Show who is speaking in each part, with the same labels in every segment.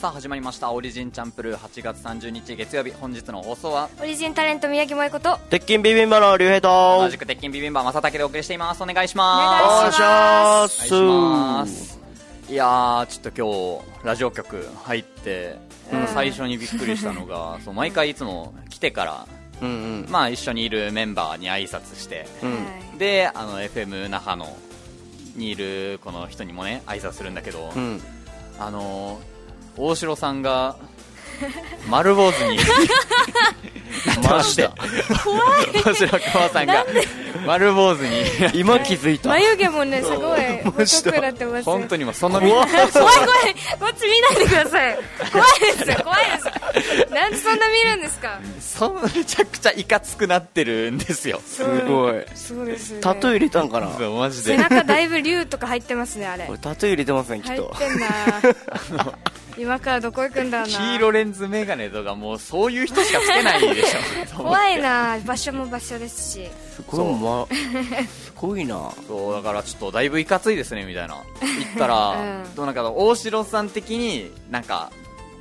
Speaker 1: さあ始まりました「オリジンチャンプルー」8月30日月曜日本日の放送は
Speaker 2: オリジンタレント宮城萌子とお
Speaker 3: 鉄筋ビビンバの竜兵と
Speaker 1: 同じく鉄筋ビビンバ正竹でお送りしていますお願いします
Speaker 2: 願いし
Speaker 3: お願
Speaker 2: ま
Speaker 3: い
Speaker 2: す
Speaker 1: お
Speaker 3: し
Speaker 1: 願
Speaker 3: ま
Speaker 1: いしますすいやーちょっと今日ラジオ局入って、
Speaker 2: うん
Speaker 1: 最初にびっくりしたの がそう毎回いつも来てから、
Speaker 3: うんうん
Speaker 1: まあ、一緒にいるメンバーに挨拶して
Speaker 3: うん
Speaker 2: はい
Speaker 1: であの FM 那覇のにいるこの人にもね挨拶するんだけど、
Speaker 3: うん
Speaker 1: あのー大城さんが丸坊主 に
Speaker 3: マジだ
Speaker 1: 大城川さんが丸坊主に
Speaker 3: 今気づいた
Speaker 2: 眉毛もねす ごい
Speaker 3: マジ
Speaker 2: 細
Speaker 3: だ
Speaker 2: くなってます
Speaker 1: 本当
Speaker 2: に
Speaker 1: にもうその
Speaker 3: 怖っ
Speaker 2: 怖い怖いこっち見ないでください 怖いですよ怖いですなんでそんな見るんですか
Speaker 1: そのめちゃくちゃいかつくなってるんですよ
Speaker 2: す
Speaker 3: すごい
Speaker 2: そうですね
Speaker 3: タトゥー入れたんかな
Speaker 1: そうマジ
Speaker 2: 背
Speaker 1: で
Speaker 2: 中だいぶ竜とか入ってますねあれ
Speaker 3: 俺タトゥー入れてますねきっ
Speaker 2: 入っ
Speaker 3: と
Speaker 2: てんな 今からどこ行くんだろうな
Speaker 1: 黄色レンズメガネとかもうそういう人しかつけないでしょ
Speaker 2: 怖いな場所も場所ですし
Speaker 3: すごいますごいな
Speaker 1: そうだからちょっとだいぶいかついですねみ たいな言ったら、
Speaker 2: うん
Speaker 1: どうなんか大城さん的になんか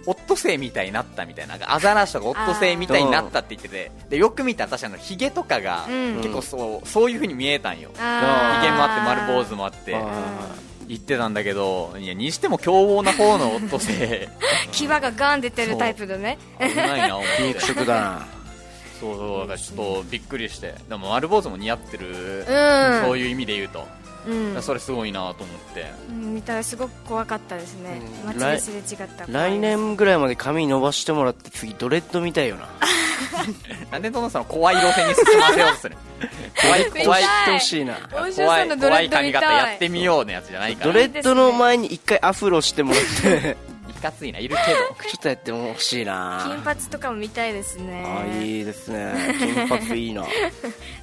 Speaker 1: オットセイみたいになったみたいななんかアザラシとかオットセイみたいになったって言っててでよく見たら確かにヒゲとかが
Speaker 2: うん
Speaker 1: 結構そう,、そういうふうに見えたんよヒゲも
Speaker 2: あー
Speaker 1: あって丸坊主もあって
Speaker 3: あー
Speaker 1: 言ってたんだけどいやにしても凶暴な方のオットセイ
Speaker 2: 牙がガン出てるタイプのね
Speaker 1: 危ないな思って
Speaker 3: 肉食だ
Speaker 1: そうそうだからちょっとびっくりしてでも丸坊主も似合ってる、そういう意味で言うと、
Speaker 2: うん
Speaker 1: それすごいなと思って
Speaker 2: うん見たらすごく怖かったですね、
Speaker 3: うん
Speaker 2: 街ですれ違った
Speaker 3: な来年ぐらいまで髪伸ばしてもらって次ドレッドみたいよな
Speaker 1: なんでどんどんその怖い路線に進ませようと する怖い怖い
Speaker 3: 知ってほしいな
Speaker 2: 大城
Speaker 1: 怖
Speaker 2: さん
Speaker 1: い
Speaker 2: のドレ
Speaker 1: 怖
Speaker 2: ッ
Speaker 1: い
Speaker 2: ド
Speaker 1: 髪
Speaker 2: 見
Speaker 1: 型
Speaker 2: た
Speaker 1: や
Speaker 2: い
Speaker 1: ってみようのやつじゃないか
Speaker 3: ド
Speaker 1: ら
Speaker 3: レッドの前に一回アフロしてもらって
Speaker 1: いかついないるけ
Speaker 3: ちょっとやってもほし
Speaker 2: 金
Speaker 3: いな
Speaker 2: 髪とかも見たいですね
Speaker 3: あーいいですね金髪いいな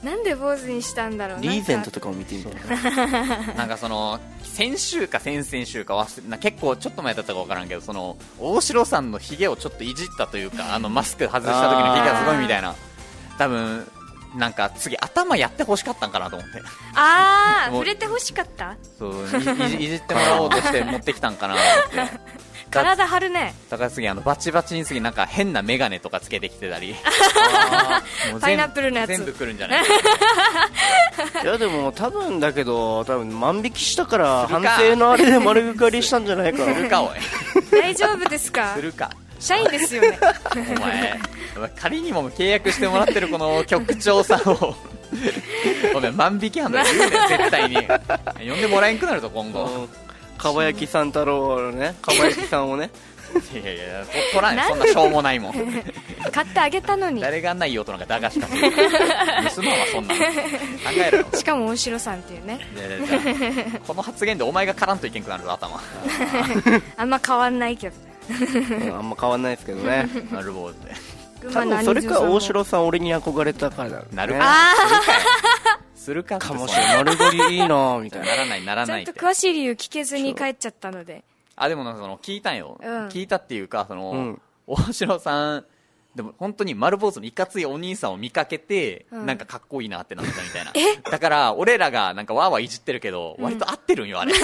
Speaker 2: なんで坊主にしたんだろう
Speaker 3: リーゼント
Speaker 2: と
Speaker 3: とかも見てみたいな
Speaker 1: ど なんかその先週か先々週か忘れな結構ちょっと前だったか分からんけどその大城さんのヒゲをちょっといじったというかあのマスク外した時のヒゲがすごいみたいな多分なんか次頭やってほしかったんかなと思って
Speaker 2: ああ
Speaker 1: もう
Speaker 2: 触れてほしかった
Speaker 1: そういいじいじってもらおうとして持ってきたんかなと思ってだ
Speaker 2: 体張るね
Speaker 1: 高杉あのバチバチに次なんか変な眼鏡とかつけてきてたりもう全部
Speaker 2: パイナップルのやつ
Speaker 1: 全部くるんじゃない
Speaker 3: いやでも多分だけど多分万引きしたから反省のあれで丸くかりしたんじゃないか
Speaker 1: す
Speaker 3: な
Speaker 1: るかおい
Speaker 2: 大丈夫ですか
Speaker 1: するか
Speaker 2: 社員ですよね
Speaker 1: お前お前仮にも契約してもらってるこの局長さんをお前万引き犯だよ言うね絶対に呼んでもらえんくなるぞ今後
Speaker 3: かばやきさん太郎 のねかばやきさんをね
Speaker 1: いやいや取らないそんなしょうもないもん
Speaker 2: 買ってあげたのに
Speaker 1: 誰があんないい大人が駄菓子かける盗まんわそんなの考えろよ
Speaker 2: しかも大城さんっていうね
Speaker 1: いやいやいやこの発言でお前が絡んといけんくなるぞ頭
Speaker 2: あんま変わんないけど
Speaker 3: うんあんま変わんないですけど ね
Speaker 1: なるほどって
Speaker 2: 群
Speaker 3: 多
Speaker 2: 馬の
Speaker 3: 分
Speaker 2: 兄
Speaker 3: そ
Speaker 2: さんも
Speaker 3: れか大城さん俺に憧れたからだろうね
Speaker 1: なる
Speaker 3: あ
Speaker 1: かするか
Speaker 3: ー
Speaker 1: す
Speaker 3: か
Speaker 1: るか
Speaker 3: も
Speaker 1: って
Speaker 3: しれない丸刈りいいなーみ
Speaker 1: そ
Speaker 3: た
Speaker 1: う
Speaker 3: い
Speaker 1: な
Speaker 3: な
Speaker 1: ら ないなら
Speaker 2: ちゃ
Speaker 1: なんいっ
Speaker 2: と
Speaker 1: て
Speaker 2: 詳しい理由聞けずに帰っちゃったので
Speaker 1: あでもなんかその聞いたんよ、
Speaker 2: うん
Speaker 1: 聞いたっていうかその、
Speaker 3: うん
Speaker 1: 大城さんでも本当に丸坊主のいかついお兄さんを見かけて、
Speaker 2: うん
Speaker 1: なんかかっこいいなってなったみたいなだから俺らがなんかわーわーいじってるけど割と合ってるんよ あれ、い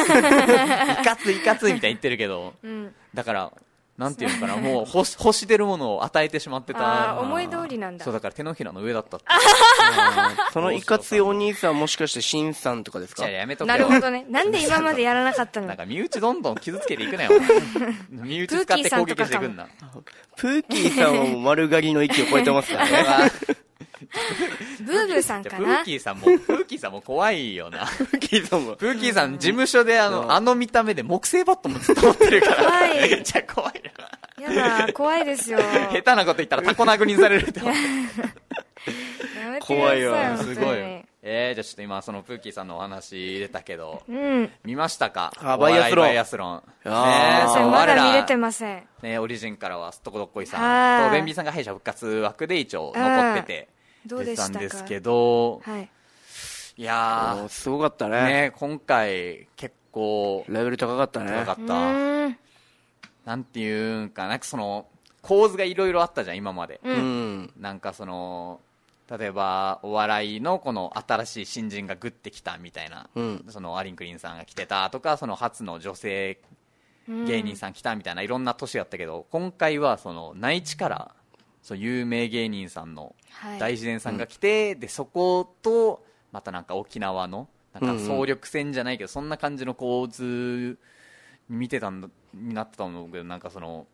Speaker 1: かついいかついみたいに言ってるけど
Speaker 2: うん
Speaker 1: だからなんていうのかなもう欲し欲してるものを与えてしまって
Speaker 2: ああ
Speaker 1: た
Speaker 2: 思い通りなんだ
Speaker 1: そうだから手のひらの上だった って
Speaker 3: そのいかついお兄さんもしかしてしんさんとかです
Speaker 1: じゃ
Speaker 3: か
Speaker 1: あやめとけ
Speaker 2: な
Speaker 1: よ
Speaker 2: るほ どねなんで今までやらなかったの
Speaker 1: なんか身内どんどん傷つけていく なよ身内使って攻撃してくんな
Speaker 3: プーキーさんはもう丸刈りの域を超えてますからね
Speaker 2: ブーブーさん
Speaker 1: じゃ
Speaker 2: か
Speaker 1: あプ
Speaker 2: な
Speaker 1: ーキーさんも、プーキーさんも怖いよな。
Speaker 3: プーキーさん も
Speaker 1: プーキーさん、事務所であ
Speaker 3: う
Speaker 1: の、
Speaker 3: ん
Speaker 1: あの見た目で木製バットもずっと持ってるから。
Speaker 2: 怖い
Speaker 1: めっちゃ怖い
Speaker 2: やだ怖い ですよ
Speaker 1: な。下手なこと言ったらタコ殴りにされるって思う。
Speaker 2: やめてくださ
Speaker 3: 怖いよ
Speaker 2: 本当
Speaker 1: す
Speaker 2: に
Speaker 1: ごいよ。えー、じゃあちょっと今、そのプーキーさんのお話出たけど、
Speaker 2: うん
Speaker 1: 見ましたか
Speaker 3: あバイアスロン
Speaker 1: お笑いバイアスロン。ね
Speaker 3: あー
Speaker 1: え
Speaker 2: それま
Speaker 1: 我
Speaker 2: だ見れ
Speaker 1: ら
Speaker 2: てません
Speaker 1: ね、オリジンからはすっとこどっこい
Speaker 2: は
Speaker 1: さん
Speaker 2: い
Speaker 1: とベンビーさんが敗者復活枠で一応残ってて
Speaker 2: どうで
Speaker 1: 出
Speaker 2: した
Speaker 1: た
Speaker 2: か
Speaker 1: んですけど
Speaker 2: はい
Speaker 1: いや
Speaker 3: おーすごかった
Speaker 1: ー
Speaker 3: ね
Speaker 1: ね今回結構
Speaker 3: レベル高かったね
Speaker 1: 高かっ
Speaker 2: う
Speaker 1: た
Speaker 2: ーん
Speaker 1: なんていうんかなんかその構図がいろいろあったじゃん今まで
Speaker 2: う
Speaker 3: うんん
Speaker 1: なんかその例えばお笑いのこの新しい新人がグッてきたみたいな
Speaker 3: うん
Speaker 1: そのアリンクリンさんが来てたとかその初の女性
Speaker 2: うん
Speaker 1: 芸人さん来たみたいないろんな年やったけど今回はその内地からそう有名芸人さんの
Speaker 2: はい
Speaker 1: 大自然さんが来て、でそことまたなんか沖縄のなんか総力戦じゃないけど、そんな感じの構図に見てたんだになってたと思うけどなんかその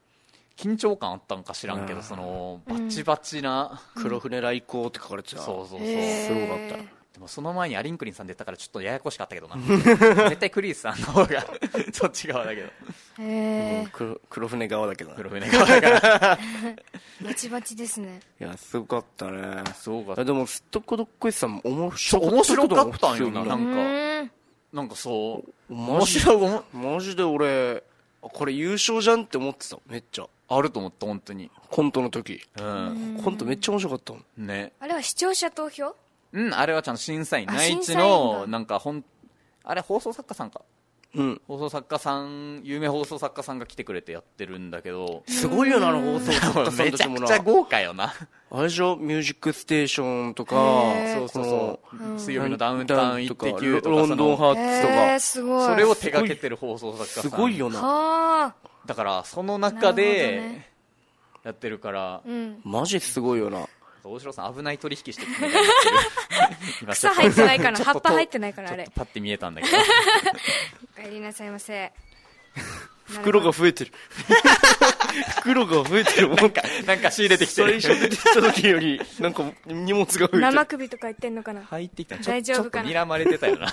Speaker 1: 緊張感あったんか知らんけど、
Speaker 3: うん
Speaker 1: そのバチバチな、
Speaker 3: 黒船来航って書かれてた
Speaker 1: そうそうそう、
Speaker 2: へー
Speaker 3: すごかっ
Speaker 1: でもその前にアリンクリンさん出たからちょっとややこしかったけどな絶対クリースさんの方がそっち側だけど
Speaker 2: へえ
Speaker 3: 黒黒船側だけどな
Speaker 1: 黒船側だから
Speaker 2: バチバチですね
Speaker 3: いやすごかったね
Speaker 1: すごかった
Speaker 3: いやでもすっとこどっこいさんも面白
Speaker 1: 面白かったん
Speaker 3: と
Speaker 1: よ
Speaker 3: 思
Speaker 1: な
Speaker 3: う
Speaker 1: な
Speaker 2: うん
Speaker 1: か
Speaker 2: ーん
Speaker 1: なんかそう
Speaker 3: マ
Speaker 1: 面
Speaker 3: ジ
Speaker 1: 白いもん
Speaker 3: マジで俺あこれ優勝じゃんって思ってためっちゃ
Speaker 1: あると思った本当に
Speaker 3: コントの時
Speaker 1: うん
Speaker 3: コントめっちゃ面白かったもん
Speaker 1: ね
Speaker 2: あれは視聴者投票
Speaker 1: うん、あれはちゃんと審査員、
Speaker 2: あ
Speaker 1: 内地
Speaker 2: 審査員
Speaker 1: の、
Speaker 2: が
Speaker 1: なんか、ほん、あれ、放送作家さんか。
Speaker 3: うん
Speaker 1: 放送作家さん、有名放送作家さんが来てくれてやってるんだけど、
Speaker 3: すごいよなあの放送作家 さん
Speaker 1: め
Speaker 3: た
Speaker 1: ち
Speaker 3: ち
Speaker 1: ゃ
Speaker 3: も
Speaker 1: く
Speaker 3: な
Speaker 1: ちゃ豪華よな。
Speaker 3: あれでしょ「ミュージックステーション」とか
Speaker 2: へー
Speaker 1: そうそうそう。水曜日のダウンタウン1.9とか、
Speaker 3: ロロンドンハ
Speaker 2: へ
Speaker 3: ーツとか
Speaker 2: えすごい
Speaker 1: そのそれを手掛けてる放送作家さん。
Speaker 3: すごいよな
Speaker 2: はあ
Speaker 1: だから、その中で
Speaker 2: なるほどね、
Speaker 1: やってるから、
Speaker 2: うん
Speaker 3: マジすごいよな
Speaker 1: 大城さん危ない取引してるみたいになってる
Speaker 2: 草入ってな いから
Speaker 1: ちょと
Speaker 2: 葉っぱ入ってないからあれ
Speaker 1: ちょっとパッて見えたんだけど。
Speaker 2: お帰りなさい ませ
Speaker 3: 袋が増えてる 袋が増えてるもんか
Speaker 1: なんか仕入れてきて
Speaker 3: 最
Speaker 1: る。
Speaker 3: 初出てきた時よりなんか荷物が増えて
Speaker 2: 生
Speaker 3: る
Speaker 2: 首とか言ってんのかな
Speaker 1: 入ってきたのちょ
Speaker 2: 大丈夫かな
Speaker 1: ちょっと睨まれてた よな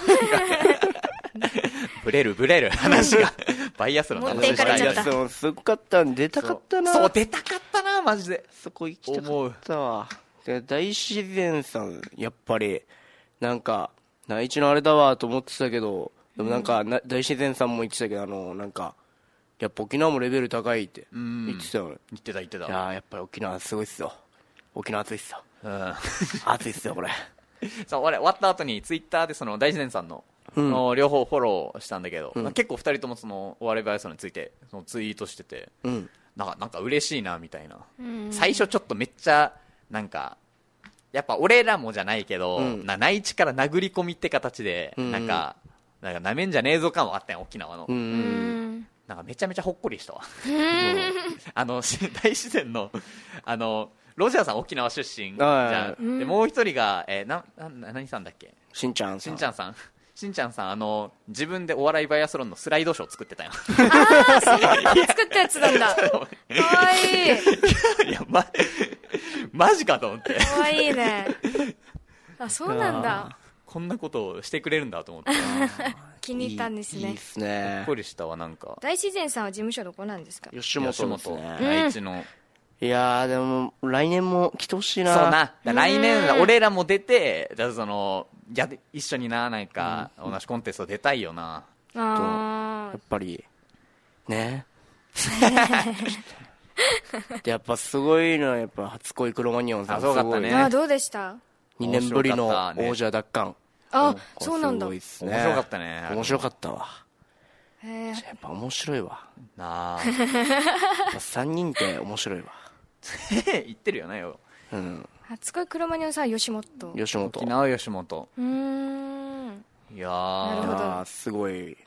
Speaker 1: ブレるブレる話 がバイアスの
Speaker 2: 持って
Speaker 1: 話
Speaker 2: いかれちゃった
Speaker 1: バイアス
Speaker 3: そうすごかった出たかったな
Speaker 1: そう出たかったなマジで
Speaker 3: そこ行きたかったわ。で大自然さん、やっぱり、なんか、内地のあれだわと思ってたけど、でもなんか、な大自然さんも言ってたけど、あの、なんか、やっぱ沖縄もレベル高いって
Speaker 1: ん
Speaker 3: 言ってたよね。
Speaker 1: 言ってた言って
Speaker 3: い
Speaker 1: た
Speaker 3: やーやっぱり沖縄すごいっすよ。沖縄暑いっ すよ。
Speaker 1: うん
Speaker 3: 暑いっすよ、これ。
Speaker 1: そう俺終わった後にツイッターでその大自然さんの
Speaker 3: うん
Speaker 1: の両方フォローしたんだけど、まあ結構2人ともそのお笑いバイアスロンについてそのツイートしてて
Speaker 3: うん。
Speaker 1: なんかなんか嬉しいなみたいな、
Speaker 2: ん
Speaker 1: 最初ちょっとめっちゃなんかやっぱ俺らもじゃないけど、
Speaker 3: うん
Speaker 1: な内地から殴り込みって形で、
Speaker 3: うん
Speaker 1: なんかなんかなめんじゃねえぞ感はあったよ沖縄の、
Speaker 3: う。
Speaker 2: うんん
Speaker 1: なんかめちゃめちゃほっこり したわあの し大自然のあのロジャーさん沖縄出身じ
Speaker 3: はい
Speaker 1: ゃんでもう一人が、えーななな何さんだっけ
Speaker 3: しんちゃん
Speaker 1: し
Speaker 3: さ
Speaker 1: ん
Speaker 3: ん。
Speaker 1: ちゃんさんしんちゃんさんあの自分でお笑いバイアスロンのスライドショー作ってたよ
Speaker 2: 作ったやつなんだかわいい
Speaker 1: いや、ま、マジかと思って
Speaker 2: かわいいねあそうなんだ
Speaker 1: こんなことをしてくれるんだと思って、
Speaker 2: 気に入ったんです
Speaker 3: いい
Speaker 2: ね
Speaker 3: っすね
Speaker 1: ほっこ。りしたわ、なんか、
Speaker 2: 大自然さんは事務所どこなんですか
Speaker 3: 吉本
Speaker 1: 吉
Speaker 3: です
Speaker 1: 本、
Speaker 3: ね。
Speaker 1: 内地の、
Speaker 3: いやーでも、来年も来てほし
Speaker 1: そ
Speaker 3: いな。
Speaker 1: うな、だから来年は俺らも出て、だからそのや一緒にならないか、同じコンテスト出たいよな、
Speaker 2: あ
Speaker 3: やっぱり ねでやっぱすごいのはやっぱ初恋クロマニオンさん
Speaker 1: あ
Speaker 3: す
Speaker 1: そう
Speaker 3: ご
Speaker 1: だ
Speaker 3: い
Speaker 1: ったね
Speaker 2: ーあーどうでした
Speaker 3: 2年ぶりの王者奪還
Speaker 2: あそうなんだ
Speaker 3: すごいっすね
Speaker 1: 面白かったね、
Speaker 3: 面白かったわ
Speaker 2: へえ
Speaker 3: やっぱ面白いわ
Speaker 1: なあ、
Speaker 3: やっぱ3人って面白いわ
Speaker 1: 言ってるよね、よ
Speaker 3: うん
Speaker 2: 初恋クロマニオンさんは吉本う
Speaker 3: 吉本
Speaker 1: 沖縄吉本、
Speaker 2: ーん
Speaker 1: いや
Speaker 2: なるほ
Speaker 1: ー、
Speaker 2: ど
Speaker 3: ああすごい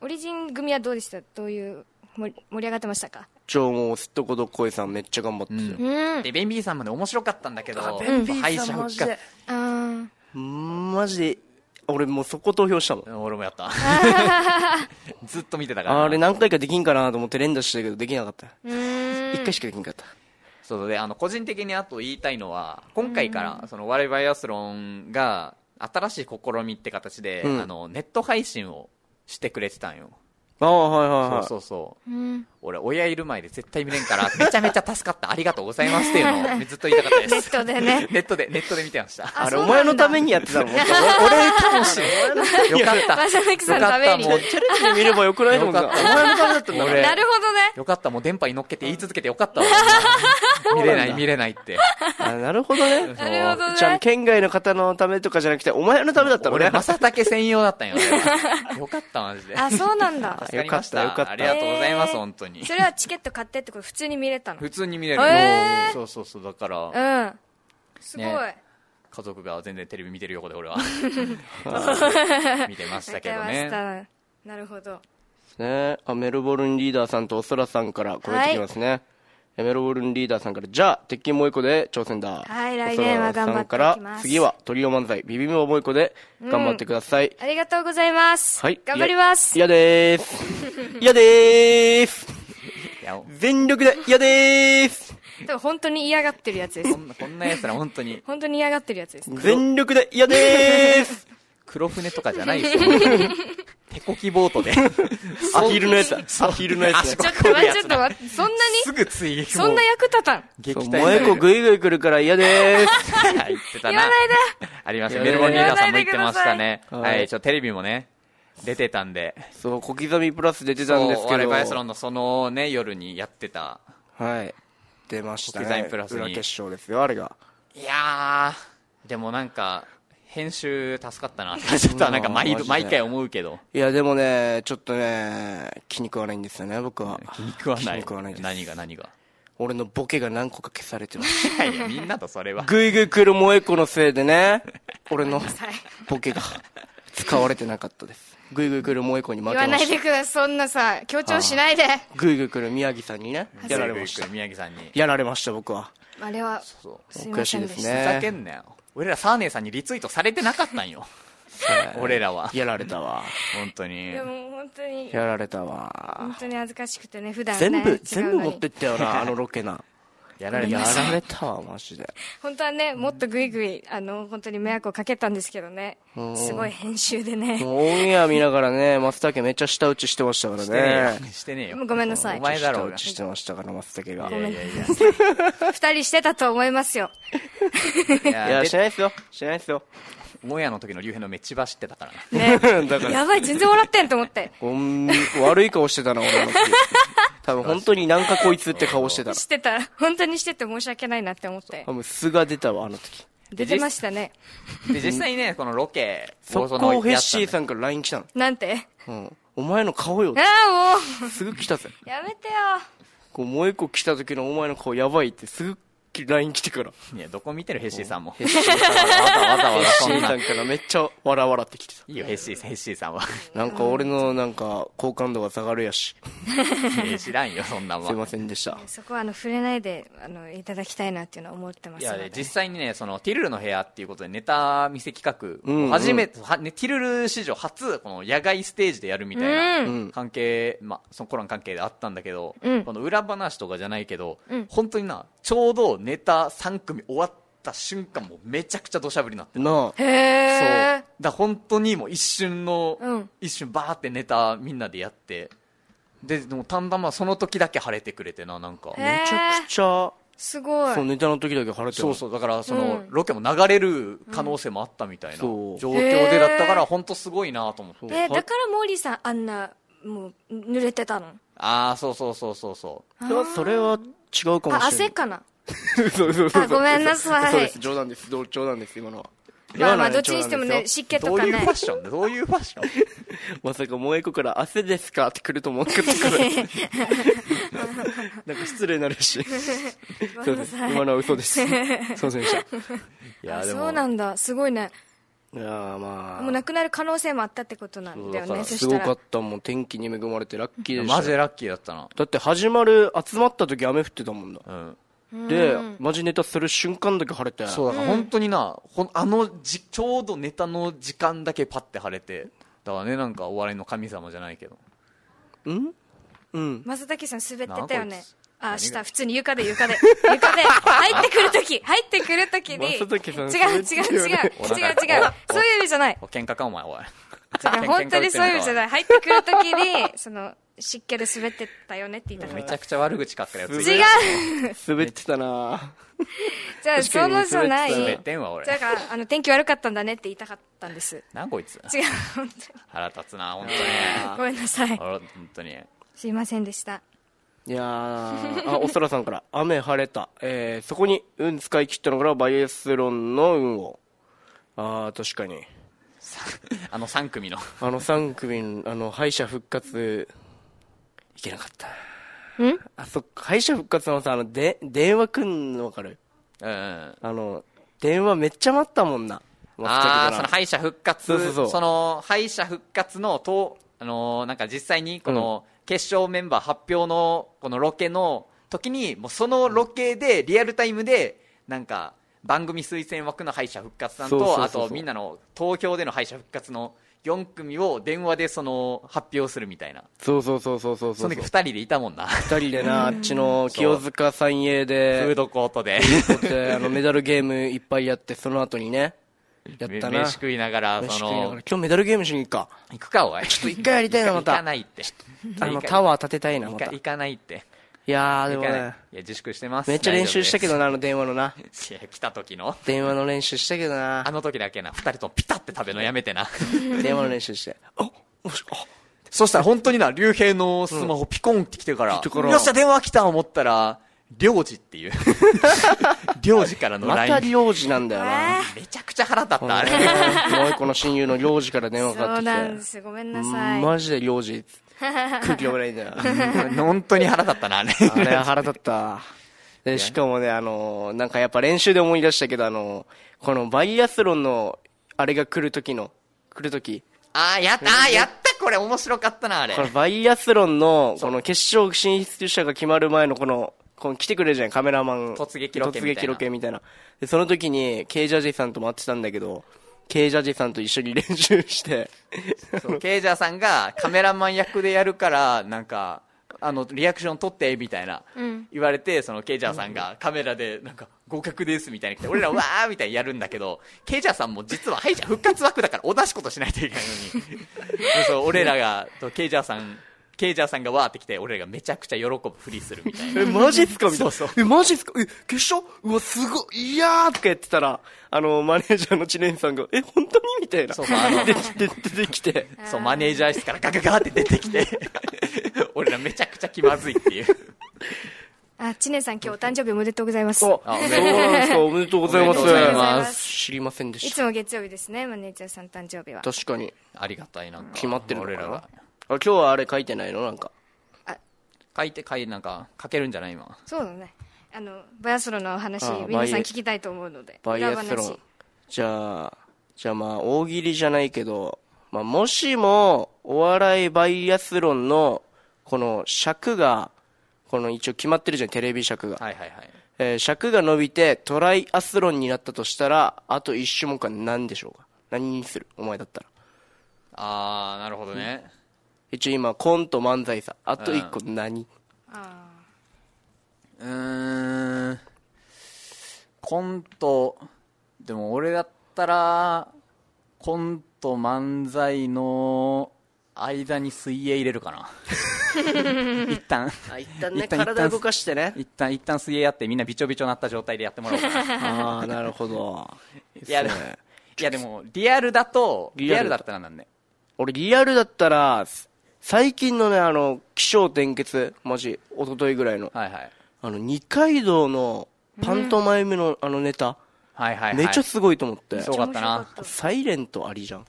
Speaker 2: オリジン組はどうでしたどういう盛り盛り上がってましたか
Speaker 3: ちょもうすっとこどっこいさんめっちゃ頑張ってるよ
Speaker 2: うん
Speaker 1: で、ベンビーさんまで面白かったんだけど、
Speaker 3: ベンビーさん
Speaker 1: 敗者
Speaker 3: マ
Speaker 1: 復
Speaker 3: ジで
Speaker 1: 活、
Speaker 2: あ
Speaker 3: うんマジで俺もうそこ投票したもん
Speaker 1: 俺もや った、ずっと見てたから、
Speaker 3: あれ何回かできんかなと思って連打したけどできなかった
Speaker 2: ーうーん
Speaker 3: 1回しかできんかった
Speaker 1: そうであの個人的にあと言いたいのは今回からその我々バイアスロンが新しい試みって形で、
Speaker 3: うん
Speaker 1: あのネット配信をしてくれてたんよ、
Speaker 3: ああはいはいはい
Speaker 1: そうそうそう
Speaker 2: うん
Speaker 1: 俺親いる前で絶対見れんから めちゃめちゃ助かったありがとうございますっていうのをずっと言いたかった
Speaker 2: ネ
Speaker 1: で
Speaker 2: ッ
Speaker 1: す
Speaker 2: トでね
Speaker 1: ネットでネットで見てました
Speaker 2: あ
Speaker 3: あれ、
Speaker 2: そ
Speaker 3: お
Speaker 2: うな
Speaker 3: 前
Speaker 2: んだ
Speaker 3: のためにやってたの本当
Speaker 1: 俺かもしれんよかった
Speaker 2: 正行さんのために
Speaker 1: よかったもう
Speaker 3: チャレンジ見ればよくないの
Speaker 1: よかった
Speaker 3: お前のためだったんだ
Speaker 1: 俺
Speaker 2: なるほどね
Speaker 1: よかったもう電波に乗っけて言い続けてよかったわ見れない見れないって
Speaker 3: あなるほどね。
Speaker 1: そう
Speaker 2: なるほどね
Speaker 3: じゃあ、県外の方のためとかじゃなくて、お前のためだったの
Speaker 1: 俺
Speaker 3: ね。
Speaker 1: まさたけ専用だったんよ俺よかったマジで
Speaker 2: あそうなんだ
Speaker 1: 助かりました
Speaker 3: よかったよかった
Speaker 1: ありがとうございます、
Speaker 2: えー
Speaker 1: 本当に
Speaker 2: それはチケット買ってってこと普通に見れたの
Speaker 1: 普通に見れる、
Speaker 2: えー
Speaker 1: そうそうそうだから、
Speaker 2: うんすごい、
Speaker 1: ね家族が全然テレビ見てる 横で俺は見てましたけど
Speaker 2: わかりまし
Speaker 1: ね
Speaker 2: たなるほど
Speaker 3: ですね。あ、メルボルンリーダーさんとおそらさんからコメントきますね。えメルボルンリーダーさんから、じゃあ、鉄筋もえこで挑戦だ。
Speaker 2: はい来年は頑張っていきます
Speaker 3: おそらさんから、次はトリオ漫才、ビビももえこで頑張ってください。
Speaker 2: ありがとうございます。
Speaker 3: はい。
Speaker 2: 頑張ります。
Speaker 3: いやいやでーす。いやでーす。
Speaker 1: いや
Speaker 3: 全力で、いやでーす。
Speaker 2: 多分本当に嫌がってるやつです
Speaker 1: こ。んなこんなやつら本当に
Speaker 2: 本当に嫌がってるやつです。
Speaker 3: 全力で、いやでー す。
Speaker 1: 黒船とかじゃないですよ手こきボートで
Speaker 3: アヒルのやつだ。アヒルのやつだ
Speaker 1: 足。
Speaker 2: ちょっ
Speaker 1: ことういう
Speaker 2: 待っ
Speaker 1: や
Speaker 2: て、ちょ
Speaker 1: つ
Speaker 2: っと
Speaker 1: だ
Speaker 2: 待って、そんなに
Speaker 1: すぐ追撃
Speaker 2: そんな役立たん。
Speaker 1: 撃
Speaker 3: そ
Speaker 1: 退
Speaker 3: う萌え子ぐいぐい来るから嫌でーす。
Speaker 1: はい言ってた
Speaker 2: 言
Speaker 1: な
Speaker 2: わ ないで。
Speaker 1: ありましたメ
Speaker 3: 言わない
Speaker 1: ルボルンリーダーさんも言ってましたね
Speaker 3: 言わないでください
Speaker 1: は
Speaker 3: はい
Speaker 1: いちょテレビもね出てたんで
Speaker 3: そう、小刻みプラス出てたんです
Speaker 1: そう
Speaker 3: け
Speaker 1: 我
Speaker 3: ど。
Speaker 1: 々バイアスロンのそのね夜にやってた
Speaker 3: はい。出ました
Speaker 1: 小刻
Speaker 3: ね。
Speaker 1: みプラスに
Speaker 3: 裏決勝ですよ、あれが。
Speaker 1: いやーでもなんか編集助かったなちょっとなんか毎
Speaker 3: マジ
Speaker 1: 度
Speaker 3: で
Speaker 1: 毎回思うけど
Speaker 3: いや、でもね、ちょっとね、気に食わないんですよね、僕は。
Speaker 1: 気に食わない
Speaker 3: 気に食わないです
Speaker 1: 何が何が
Speaker 3: 俺のボケが何個か消されてます。
Speaker 1: いやいやみんなとそれは
Speaker 3: ぐいぐい来る萌え子のせい でね、俺の
Speaker 2: さい
Speaker 3: ボケが使われてなかったです。ぐいぐい来る萌え子に負
Speaker 2: 言
Speaker 3: け
Speaker 2: わ
Speaker 3: ま
Speaker 2: ない
Speaker 3: し
Speaker 2: で
Speaker 3: た。
Speaker 2: ください。そんなさ、強調しないで。
Speaker 3: ぐいぐい来る宮城さんにね、やられまし
Speaker 1: グ
Speaker 3: た
Speaker 1: イグイ。宮城さんに
Speaker 3: やられました、僕は。
Speaker 2: あれは、
Speaker 1: そう
Speaker 2: すいませんで
Speaker 3: 悔し
Speaker 2: し
Speaker 3: いです
Speaker 2: た。
Speaker 3: ね
Speaker 1: ふざけんなよ俺らサーネーさんにリツイートされてなかったんよ俺らは
Speaker 3: やられたわ。
Speaker 1: 本当に
Speaker 2: でも本当に、
Speaker 3: やられたわ。
Speaker 2: 本当に恥ずかしくてね、普段ね、違う
Speaker 3: 全
Speaker 2: の
Speaker 3: 部
Speaker 2: に、
Speaker 3: 全部持ってったよな、あのロケな。
Speaker 1: やられ
Speaker 3: や
Speaker 1: た
Speaker 3: られたわ、マジで。
Speaker 2: 本当はね、もっとぐいぐい、あの、本当に迷惑をかけたんですけどね。すごい編集でね。
Speaker 3: もうオンエア見ながらね、松茸めっちゃ舌打ちしてましたから
Speaker 1: してね
Speaker 3: ね
Speaker 1: え。よしてねえよ
Speaker 2: ごめんなさい
Speaker 1: お前だろう
Speaker 3: 舌打
Speaker 1: が
Speaker 3: ちしてましたから、松茸が。
Speaker 1: いやいやいや
Speaker 2: 二人してたと思いますよ。
Speaker 1: い
Speaker 3: い
Speaker 1: や
Speaker 3: や、
Speaker 1: で
Speaker 3: してないですよ。してないですよ。
Speaker 1: もやの時の竜兵のめっちゃ走ってたからな
Speaker 2: ね。
Speaker 3: だから、
Speaker 2: やばい、全然笑ってんと思って。
Speaker 3: ほん、悪い顔してたな、俺の時。多分本当になんかこいつって 顔してたら。
Speaker 2: してた。本当にしてて申し訳ないなって思って
Speaker 3: 多。分素が出たわ、あの時。
Speaker 2: 出てましたね。
Speaker 1: で実際にねこのロケ
Speaker 3: 速
Speaker 1: そのや
Speaker 3: 攻
Speaker 1: ったんだ
Speaker 3: ヘッ
Speaker 1: よ
Speaker 3: シーさんから LINE 来たの。
Speaker 2: なんて。
Speaker 3: うん。お前の顔よ
Speaker 2: あ。あ、も
Speaker 3: すぐ来たぜ。
Speaker 2: う。やめてよ。
Speaker 3: こう、もう一個来た時のお前の顔やばいって、すぐ LINE 来てから。
Speaker 1: いやどこ見てるヘッシーさんも
Speaker 3: ヘッシーさんから
Speaker 1: わざわざわ
Speaker 3: ヘッ
Speaker 1: ざ
Speaker 3: シ
Speaker 1: そ
Speaker 3: ー
Speaker 1: んな
Speaker 3: さんからめっちゃ笑わらってきてた。
Speaker 1: いいよヘッシーさんヘッシーさん は
Speaker 3: なんか俺のなんか好感度が下がるやし。
Speaker 1: いや知らんよそんなも
Speaker 3: すい
Speaker 1: ん
Speaker 3: ませんでした。
Speaker 2: そこは、あの、触れないで、あの、いただきたいなっていうのは思ってま
Speaker 1: い
Speaker 2: すの
Speaker 1: や
Speaker 2: で。
Speaker 1: で実際にねそのティルルの部屋っていうことでネタ見せ企画、
Speaker 3: うんうん
Speaker 1: 初めては、ね、ティルル史上初この野外ステージでやるみたいな
Speaker 2: うん
Speaker 1: 関係、まあ、そのコロナ関係であったんだけど、
Speaker 2: うん
Speaker 1: この裏話とかじゃないけど、
Speaker 2: うん
Speaker 1: 本当になちょうどネタ3組終わった瞬間もうめちゃくちゃ土砂降りになって
Speaker 3: なあ。
Speaker 2: へえ。
Speaker 1: だから本当にもう一瞬の、
Speaker 2: うん
Speaker 1: 一瞬バーってネタみんなでやってででもたんだまその時だけ晴れてくれてななんか、
Speaker 2: へえ
Speaker 3: めちゃくちゃ、
Speaker 2: すご
Speaker 3: そう
Speaker 2: い。
Speaker 3: ネタの時だけ晴れてる
Speaker 1: そうそうだからその、
Speaker 2: うん
Speaker 1: ロケも流れる可能性もあったみたいな、
Speaker 3: そう
Speaker 1: 状況でだったから本当すごいなと思って、
Speaker 3: そう
Speaker 2: えだからモーリーさん、あんな、もう、濡れてたの。
Speaker 1: ああそうそうそうそうそう
Speaker 3: いやそれは違うかも
Speaker 2: あ、
Speaker 3: しれ
Speaker 2: 汗
Speaker 3: ない。
Speaker 2: かな。
Speaker 3: そうそうそうそう
Speaker 2: あごめんなさい
Speaker 3: そうです、冗談です。どう冗談です、今のは。
Speaker 2: まあま
Speaker 3: 今のは
Speaker 2: あ、
Speaker 3: ね
Speaker 2: どっちにしても
Speaker 3: 冗談
Speaker 2: ね、
Speaker 3: です
Speaker 2: 湿気
Speaker 1: ど
Speaker 2: と
Speaker 1: う
Speaker 2: か
Speaker 1: いうファ
Speaker 2: ね
Speaker 1: ッ。ションどういうファッション
Speaker 3: よまさか、萌え子から汗ですかって来ると思わなかったか ら。なんか失礼になるし。そうです。今のは嘘です。すいませんでした。い
Speaker 1: い
Speaker 2: あ
Speaker 1: やでも
Speaker 2: そうなんだ。すごいね。
Speaker 3: やーまあ。
Speaker 2: もうなくなる可能性もあったってことなんだよ
Speaker 1: そうだか
Speaker 2: ね。
Speaker 1: ら
Speaker 2: そ
Speaker 3: す
Speaker 2: し
Speaker 3: ご
Speaker 2: た
Speaker 3: からっ。たもん。天気に恵まれてラッキーでした。
Speaker 1: マジでラッキーだったな
Speaker 3: だって始まる、集まった時雨降ってたもんだ。
Speaker 1: うん
Speaker 3: で、マジネタする瞬間だけ晴れて。
Speaker 1: そうだから本当にな、ほんあのじちょうどネタの時間だけパッて晴れてだからねなんかお笑いの神様じゃないけど
Speaker 3: うんうん。
Speaker 2: マサタケさん滑ってた
Speaker 1: なあ
Speaker 2: よね
Speaker 1: こいつ。
Speaker 2: あ、
Speaker 1: 何が
Speaker 2: 下、普通に床で床で。床で、入ってくるとき、入ってくるときに。違う違う違う。違
Speaker 3: マサタケさん
Speaker 2: う違う。違う違う
Speaker 1: お腹お
Speaker 2: そういう意味じゃない。
Speaker 1: お喧嘩かお前おい
Speaker 2: 違う本当にそういう意味じゃない。入ってくるときに、その、湿気で滑ってたよねって 言った
Speaker 1: め
Speaker 2: の
Speaker 1: ちゃくちゃ悪口書くからやつ
Speaker 3: めちゃ
Speaker 2: 違う
Speaker 3: 滑ってたな
Speaker 2: じゃあ、
Speaker 3: 確か
Speaker 2: そ
Speaker 3: に
Speaker 2: のじゃない。
Speaker 3: 滑
Speaker 1: 滑
Speaker 3: っ
Speaker 1: ってんわ俺
Speaker 2: だから、あの、天気悪かったんだねって言いたかったんです。
Speaker 1: なんこいつ
Speaker 2: 違う、本
Speaker 1: 腹立つな本当
Speaker 2: 当に。
Speaker 1: に
Speaker 2: ごめんなさい
Speaker 1: あ。ら本当に
Speaker 2: すいませんでした。
Speaker 3: いやー、あ、おそらさんから、 雨晴れた。えー、そこに運使い切ったのがバイアスロンの運を。あー、確かに。
Speaker 1: あの3組の
Speaker 3: あの3組、あの、敗者復活、いけなかった。
Speaker 2: ん
Speaker 3: あ、そっか、敗者復活のさ、あの、で、電話くんのわかる
Speaker 1: うんうん
Speaker 3: あの、電話めっちゃ待ったもんな。松茸
Speaker 1: ああ
Speaker 3: か
Speaker 1: その
Speaker 3: ら
Speaker 1: 敗者復活
Speaker 3: そうそうそう
Speaker 1: の敗者復活のとあのーなんか実際にこの決勝メンバー発表のこのロケの時にもうそのロケでリアルタイムでなんか番組推薦枠の敗者復活さん
Speaker 3: そうそうそうそ
Speaker 1: と
Speaker 3: う
Speaker 1: あとみんなの投票での敗者復活の4組を電話でその発表するみたいな
Speaker 3: そうそうそうそうそう
Speaker 1: そ
Speaker 3: そう
Speaker 1: の時2人でいたもんな
Speaker 3: 二人でなあっちの清塚三栄で
Speaker 1: フードコートで
Speaker 3: であのメダルゲームいっぱいやってその後にねやったな
Speaker 1: 飯食いながらそ
Speaker 3: 飯食いなが
Speaker 1: の
Speaker 3: ら今日メダルゲームしに行くか
Speaker 1: 行くかおいちょっと
Speaker 3: 一回やりたいなまた
Speaker 1: 行かないって
Speaker 3: あの
Speaker 1: 行か
Speaker 3: タワー立てたいな
Speaker 1: 行
Speaker 3: ま
Speaker 1: か
Speaker 3: た
Speaker 1: 行
Speaker 3: い
Speaker 1: かないって
Speaker 3: やーで
Speaker 1: 行
Speaker 3: も
Speaker 1: かない
Speaker 3: ね
Speaker 1: いや自粛してます
Speaker 3: めっちゃ練習したけ
Speaker 1: 大
Speaker 3: どなあの電話のな
Speaker 1: 丈夫ですいや来た時の
Speaker 3: 電話の練習したけど
Speaker 1: あ
Speaker 3: な
Speaker 1: の時だけな2人ともピタって食べるのやめてな
Speaker 3: 電話の練習してあもしあ
Speaker 1: そしたら本当にな竜兵のスマホピコンって来てから、
Speaker 3: 来てから
Speaker 1: よっしゃ電話来た思ったら領事って いう領事からの
Speaker 3: また
Speaker 1: LINE
Speaker 3: 領事なんだよな
Speaker 2: え
Speaker 1: めちゃくちゃ腹立ったあれ
Speaker 3: もう一個の親友の領事から電話かか
Speaker 2: そ
Speaker 3: って
Speaker 2: う
Speaker 3: き
Speaker 2: なんで
Speaker 3: て
Speaker 2: すごめんなさい
Speaker 3: マジで 領事空気読めないんだよ
Speaker 1: 本当に腹 立ったなあれ
Speaker 3: あれは腹立った。で、しかも ね、あのー、なんかやっぱ練習で思い出したけど、あのー、このバイアスロンの、あれが来る時の、来る時
Speaker 1: ああやったあーやったこれ面白かったなあれ
Speaker 3: このバイアスロンの、この決勝進出者が決まる前のこの、この来てくれるじゃん、カメラマン。
Speaker 1: 突撃ロケみたいな
Speaker 3: 突撃ロケみたいな。で、その時に、K ジャージさんと待ってたんだけど、K ジャージさんと一緒に練習して、
Speaker 1: そうケイジャーさんがカメラマン役でやるからなんかあのリアクション取ってみたいな、言われてそのケイジャーさんがカメラでなんか合格ですみたいに来て俺らわーみたいにやるんだけどケイジャーさんも実は敗者復活枠だから同じことしないといけないのに そう俺らがとケイジャーさんケイジャーさんがわーってきて俺らがめちゃくちゃ喜ぶふりするみたいな
Speaker 3: え、マジっすかみたいな。
Speaker 1: そう
Speaker 3: え、マジっすかえ、決勝うわ、すごい、いやーとかやってたら、あの、マネージャーの知念さんが、え、本当にみたいな。
Speaker 1: そうそうあの
Speaker 3: でで出てきて。
Speaker 1: そうマネージャー室からガガガって出て きて俺らめちゃくちゃ気まずいっていう
Speaker 2: あ知念さん今日お誕生日おめでとうございます
Speaker 3: お、そう
Speaker 1: あ
Speaker 3: な
Speaker 1: おめ
Speaker 3: んで
Speaker 1: でとう
Speaker 3: すか、おめでとうございま
Speaker 1: おめでと
Speaker 3: す。
Speaker 1: うござい
Speaker 2: ます
Speaker 3: 知りませんで
Speaker 2: い
Speaker 3: し
Speaker 2: つ
Speaker 3: た。
Speaker 2: も月曜日ですねマネージャーさん誕生日は
Speaker 3: 確かに。
Speaker 1: ありがたいなんか
Speaker 3: 決まってるのか
Speaker 1: 俺
Speaker 3: な
Speaker 1: らが
Speaker 3: あ、今日はあれ書いてないのなんか。
Speaker 1: 書いて書いてなんか書けるんじゃない今
Speaker 2: そうだねあのバイアスロンのお話
Speaker 3: ああ
Speaker 2: 皆さ
Speaker 3: バ
Speaker 2: ん
Speaker 3: イ
Speaker 2: 聞きたいと思うので
Speaker 3: バイアスロン。じゃあ、じゃあまあ、大喜利じゃないけど、まあ、もしも、お笑いバイアスロンの、この尺が、この一応決まってるじゃん、テレビ尺が。
Speaker 1: はいはいはい
Speaker 3: えー尺が伸びてトライアスロンになったとしたら、あと一種目は何でしょうか何にするお前だったら。
Speaker 1: ああなるほどね、
Speaker 3: 一応今、コント漫才さ。あと一個何、
Speaker 1: うーんコントでも俺だったらコント漫才の間に水泳入れるかな一旦
Speaker 3: あ、一旦
Speaker 1: 一旦一旦
Speaker 3: かしてね。
Speaker 1: 一旦一旦水泳やってみんなびちょびちょなった状態でやってもらおうかな
Speaker 3: ああ、なるほど。
Speaker 1: いやでもいやでもリアルだとリ
Speaker 3: リ
Speaker 1: ア
Speaker 3: ア
Speaker 1: ル
Speaker 3: ル
Speaker 1: だ
Speaker 3: だ
Speaker 1: ったらなんで
Speaker 3: 俺リアルだったら、最近のね、あの、気象転結、マジ、一昨日ぐらいの、
Speaker 1: はいはい
Speaker 3: あの、二階堂のパントマイムのあのネタ、
Speaker 1: はいはい、はい、
Speaker 3: めっちゃすごいと思って。
Speaker 1: すごかったな
Speaker 3: サイレントありじゃん。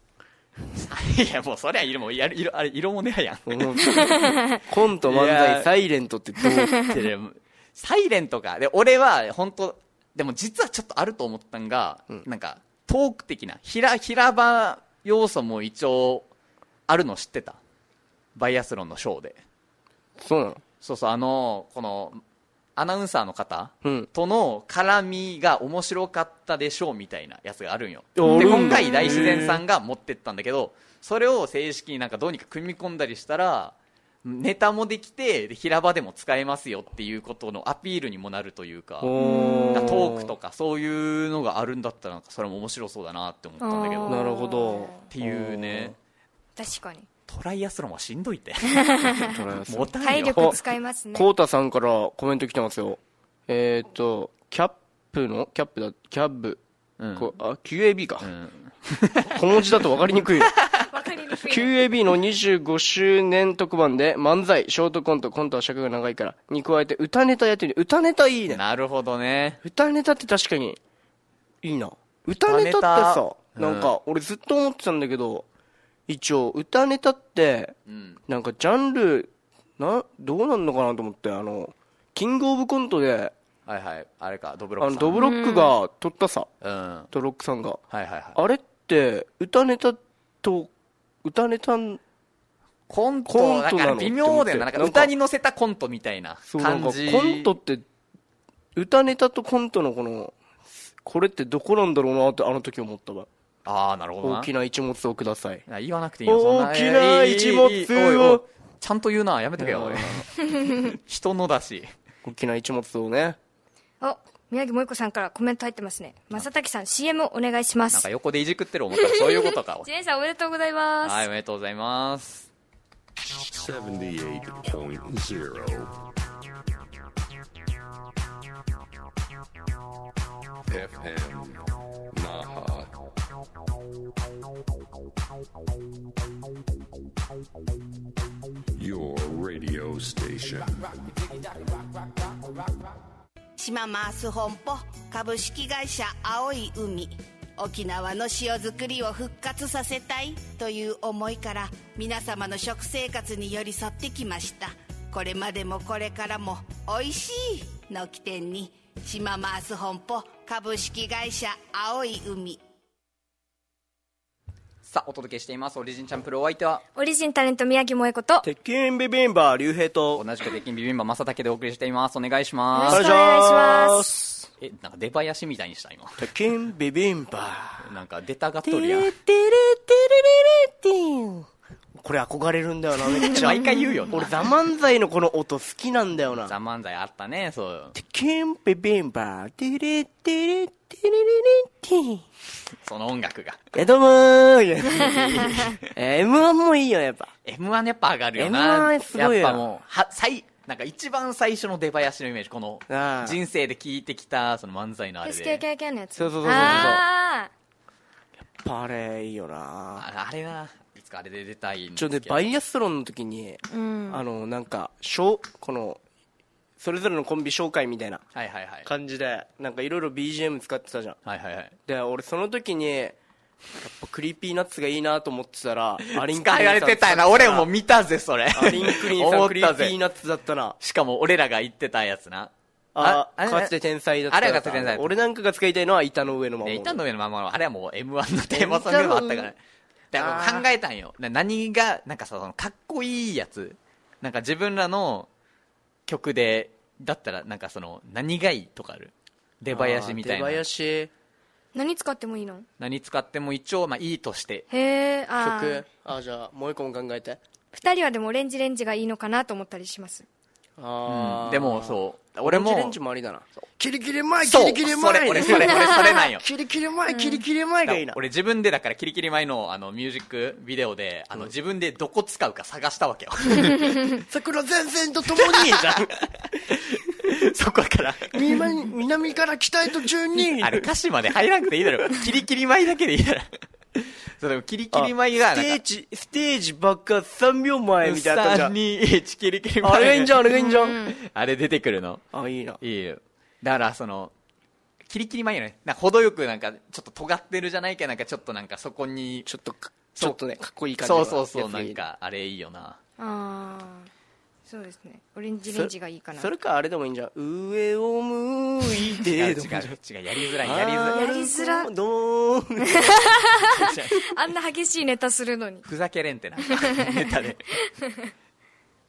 Speaker 1: いやもうそりゃ色もやる色あれ色もねややん
Speaker 3: コント漫
Speaker 1: いや
Speaker 3: 才サイレントってどう
Speaker 1: ってでもサイレントかで俺は本当でも実はちょっとあると思ったんが、なんかトーク的な平平場要素も一応あるの知ってたバイアスロンのショーで
Speaker 3: そうな の
Speaker 1: そうそうあのこのアナウンサーの方
Speaker 3: うん
Speaker 1: との絡みが面白かったでしょうみたいなやつがあるんよで
Speaker 3: あるんだ
Speaker 1: 今回大自然さんが持ってったんだけどそれを正式になんかどうにか組み込んだりしたらネタもできてで平場でも使えますよっていうことのアピールにもなるというか
Speaker 3: お
Speaker 1: なんかトークとかそういうのがあるんだったらなんかそれも面白そうだなって思ったんだけど
Speaker 2: あ
Speaker 1: っ
Speaker 2: ー
Speaker 3: なるほど
Speaker 1: ていうね
Speaker 2: 確かに
Speaker 1: トライアスロンはしんどいって
Speaker 3: も
Speaker 1: も
Speaker 3: う
Speaker 1: たん
Speaker 2: 体
Speaker 1: よ
Speaker 2: 力使いますね
Speaker 3: コウタさんからコメント来てますよえっ、ー、とキャップのキャップだキャッブ、
Speaker 1: うん
Speaker 3: こあ QAB か、
Speaker 1: ん
Speaker 3: 小文字だと分かりに くい
Speaker 2: わかりにくい
Speaker 3: QAB の25周年特番で漫才ショートコントコントは尺が長いからに加えて歌ネタやってる歌ネタいいね
Speaker 1: なるほどね
Speaker 3: 歌ネタって確かにいいな歌ネタってさ
Speaker 1: 歌ネタ
Speaker 3: なんか俺ずっと思ってたんだけど一応歌ネタって
Speaker 1: うん
Speaker 3: なんかジャンルなどうなんのかなと思ってあのキングオブコントで
Speaker 1: はいはいあれかドブロッ
Speaker 3: あ
Speaker 1: ク
Speaker 3: の
Speaker 1: さん
Speaker 3: ドブロックが撮ったさ
Speaker 1: うん
Speaker 3: ドロックさんが
Speaker 1: はいはいはい。
Speaker 3: あれって歌ネタと歌ネタ
Speaker 1: コン
Speaker 3: コ
Speaker 1: ト
Speaker 3: ン
Speaker 1: だ
Speaker 3: ト
Speaker 1: か
Speaker 3: な
Speaker 1: ら
Speaker 3: の
Speaker 1: 微妙だよななん
Speaker 3: って
Speaker 1: か
Speaker 3: 思って
Speaker 1: 歌に乗せたコントみたいな
Speaker 3: そうなん
Speaker 1: 感
Speaker 3: か
Speaker 1: じ
Speaker 3: コントって歌ネタとコントのこのこれってどこなんだろうなってあの時思ったわ
Speaker 1: ああなるほどな
Speaker 3: 大きな一物をください
Speaker 1: あ言わなくていいよそんな
Speaker 3: 大きな一物を
Speaker 1: いいいいいいおいおいちゃんと言うなやめとけ よおい人のだし
Speaker 3: 大きな一物をね
Speaker 2: お宮城もいこさんからコメント入ってますね正滝さん CM お願いしま
Speaker 1: なん
Speaker 2: す
Speaker 1: か横でいじくってる思ったらそういうことか
Speaker 2: ジェイさんおめでとうございます、
Speaker 1: はいおめでとうございます
Speaker 4: 78.0 FM Naha. Your radio station.
Speaker 5: 島マース本舗株式会社青い海沖縄の塩作りを復活させたいという思いから皆様の食生活に寄り添ってきましたこれまでもこれからも「おいしい」の起点に島マース本舗株式会社青い海
Speaker 1: さあお届けしていますオリジンチャンプルお相手は
Speaker 2: オリジンタレント宮城萌子と
Speaker 3: 鉄拳ビビンバ竜兵と
Speaker 1: 同じく鉄筋ビビンバ正竹でお送りしていますお願いしま
Speaker 2: お
Speaker 1: す
Speaker 2: 願いします
Speaker 1: えなんか出囃子みたいにした今
Speaker 3: 鉄拳ビビンバ
Speaker 1: なんか出たがっとりやん
Speaker 3: これ憧れるんだよなめっちゃ
Speaker 1: 毎回言うよ
Speaker 3: 俺
Speaker 1: な
Speaker 3: ザ・漫才のこの音好きなんだよ
Speaker 1: ザ
Speaker 3: な
Speaker 1: 漫才あったねそう
Speaker 3: 鉄拳ビビンバテレテレテレレレティ
Speaker 1: その音楽が
Speaker 3: え、どうもー えー M1 もいいよ、やっぱ。
Speaker 1: M1 やっぱ上がるよな。
Speaker 3: M1 すごいよ
Speaker 1: やっぱもう、は、最、なんか一番最初の出囃子のイメージ、この
Speaker 3: ああ、
Speaker 1: 人生で聞いてきた、その漫才のあれで。
Speaker 2: SKKK のやつ
Speaker 3: そうそうそうそうそう
Speaker 2: あ
Speaker 3: パレいいよな
Speaker 1: ああれな、いつかあれで出たいんです
Speaker 3: ちょ、
Speaker 1: けど。
Speaker 3: で、バイアスロンの時に、
Speaker 2: ーうん
Speaker 3: あの、なんか、しょうこの、それぞれのコンビ紹介みたいな
Speaker 1: はいはいはい。
Speaker 3: 感じで、なんかいろいろ BGM 使ってたじゃん。
Speaker 1: はいはいはい。
Speaker 3: で、俺その時に、やっぱクリーピーナッツがいいなと思って たら、アリン
Speaker 1: 使われてたよな、俺も見たぜ、それ。
Speaker 3: アリンクリーンさ
Speaker 1: 思
Speaker 3: ん
Speaker 1: っ
Speaker 3: クリ
Speaker 1: た
Speaker 3: ーピー
Speaker 1: ぜ。
Speaker 3: ナッツだったな。
Speaker 1: しかも俺らが言ってたやつな。
Speaker 3: あ、
Speaker 1: あれ
Speaker 3: かつて天才だった
Speaker 1: あれ
Speaker 3: ら
Speaker 1: がかつて天才だった
Speaker 3: 俺なんかが使いたいのは板の上のまま。
Speaker 1: で、板の上のままの、あれはもう M1 のテーマソングでもあったから。だからもう考えたんよ。な何が、なんかさ、そのかっこいいやつ。なんか自分らの曲で、だったら、なんかその、何がいいとかある。出囃子みたいな
Speaker 3: 出。囃子、
Speaker 2: 何使ってもいいの
Speaker 1: 何使っても一応、まあいいとして。
Speaker 2: へえあー
Speaker 3: 曲。あ、じゃあ、もう一個も考えて。
Speaker 2: 二人はでもオレンジレンジがいいのかなと思ったりします
Speaker 3: あー
Speaker 1: でも、そう。俺
Speaker 3: 俺も。
Speaker 1: も、
Speaker 3: レンジもありだな。キリキリ前、
Speaker 1: そう、それ、俺、それ、俺、それなんよ。
Speaker 3: キリキリ前、キリキリ前がいいな。
Speaker 1: 俺自分でだからキリキリ前のあのミュージックビデオであの自分でどこ使うか探したわけよ
Speaker 3: 桜前線とともに、
Speaker 1: そこから
Speaker 3: 南南から北へと順 に
Speaker 1: あれ歌詞まで入らなくていいだ ろ。キリキリ舞だけでいいだろ。 そう、でもキリキリ舞が、
Speaker 3: ス
Speaker 1: なん
Speaker 3: テー
Speaker 1: か、
Speaker 3: ジ、ステージばっか3秒前みたいなったじゃ
Speaker 1: 3、
Speaker 3: ん。
Speaker 1: 2、1、キリ キリ舞。
Speaker 3: あれがいいんじゃん、あれがいいんじゃん。
Speaker 1: あれ出てくるの。
Speaker 3: あ、いいな。
Speaker 1: いいよ。だから、その、キリキリ舞よね。なんか程よくなんか、ちょっと尖ってるじゃないけど、なんかちょっとなんかそこに、
Speaker 3: ちょっとか、ち
Speaker 1: そう
Speaker 3: ょっとね、かっこいい感じ
Speaker 1: そ
Speaker 3: の
Speaker 1: うそうそう、
Speaker 3: やつが
Speaker 1: ない
Speaker 3: い
Speaker 1: ん。か、あれいいよな。
Speaker 2: ああそうですねオレンジレンジがいいかな
Speaker 3: それかあれでもいいんじゃん。上を向い
Speaker 1: 違う違う、違
Speaker 3: て、
Speaker 1: う、やりづらい、やりづらい。
Speaker 2: やりづら
Speaker 3: あーどーん
Speaker 2: あんな激しいネタするのに
Speaker 1: ふざけれんってなんか、 ネタで。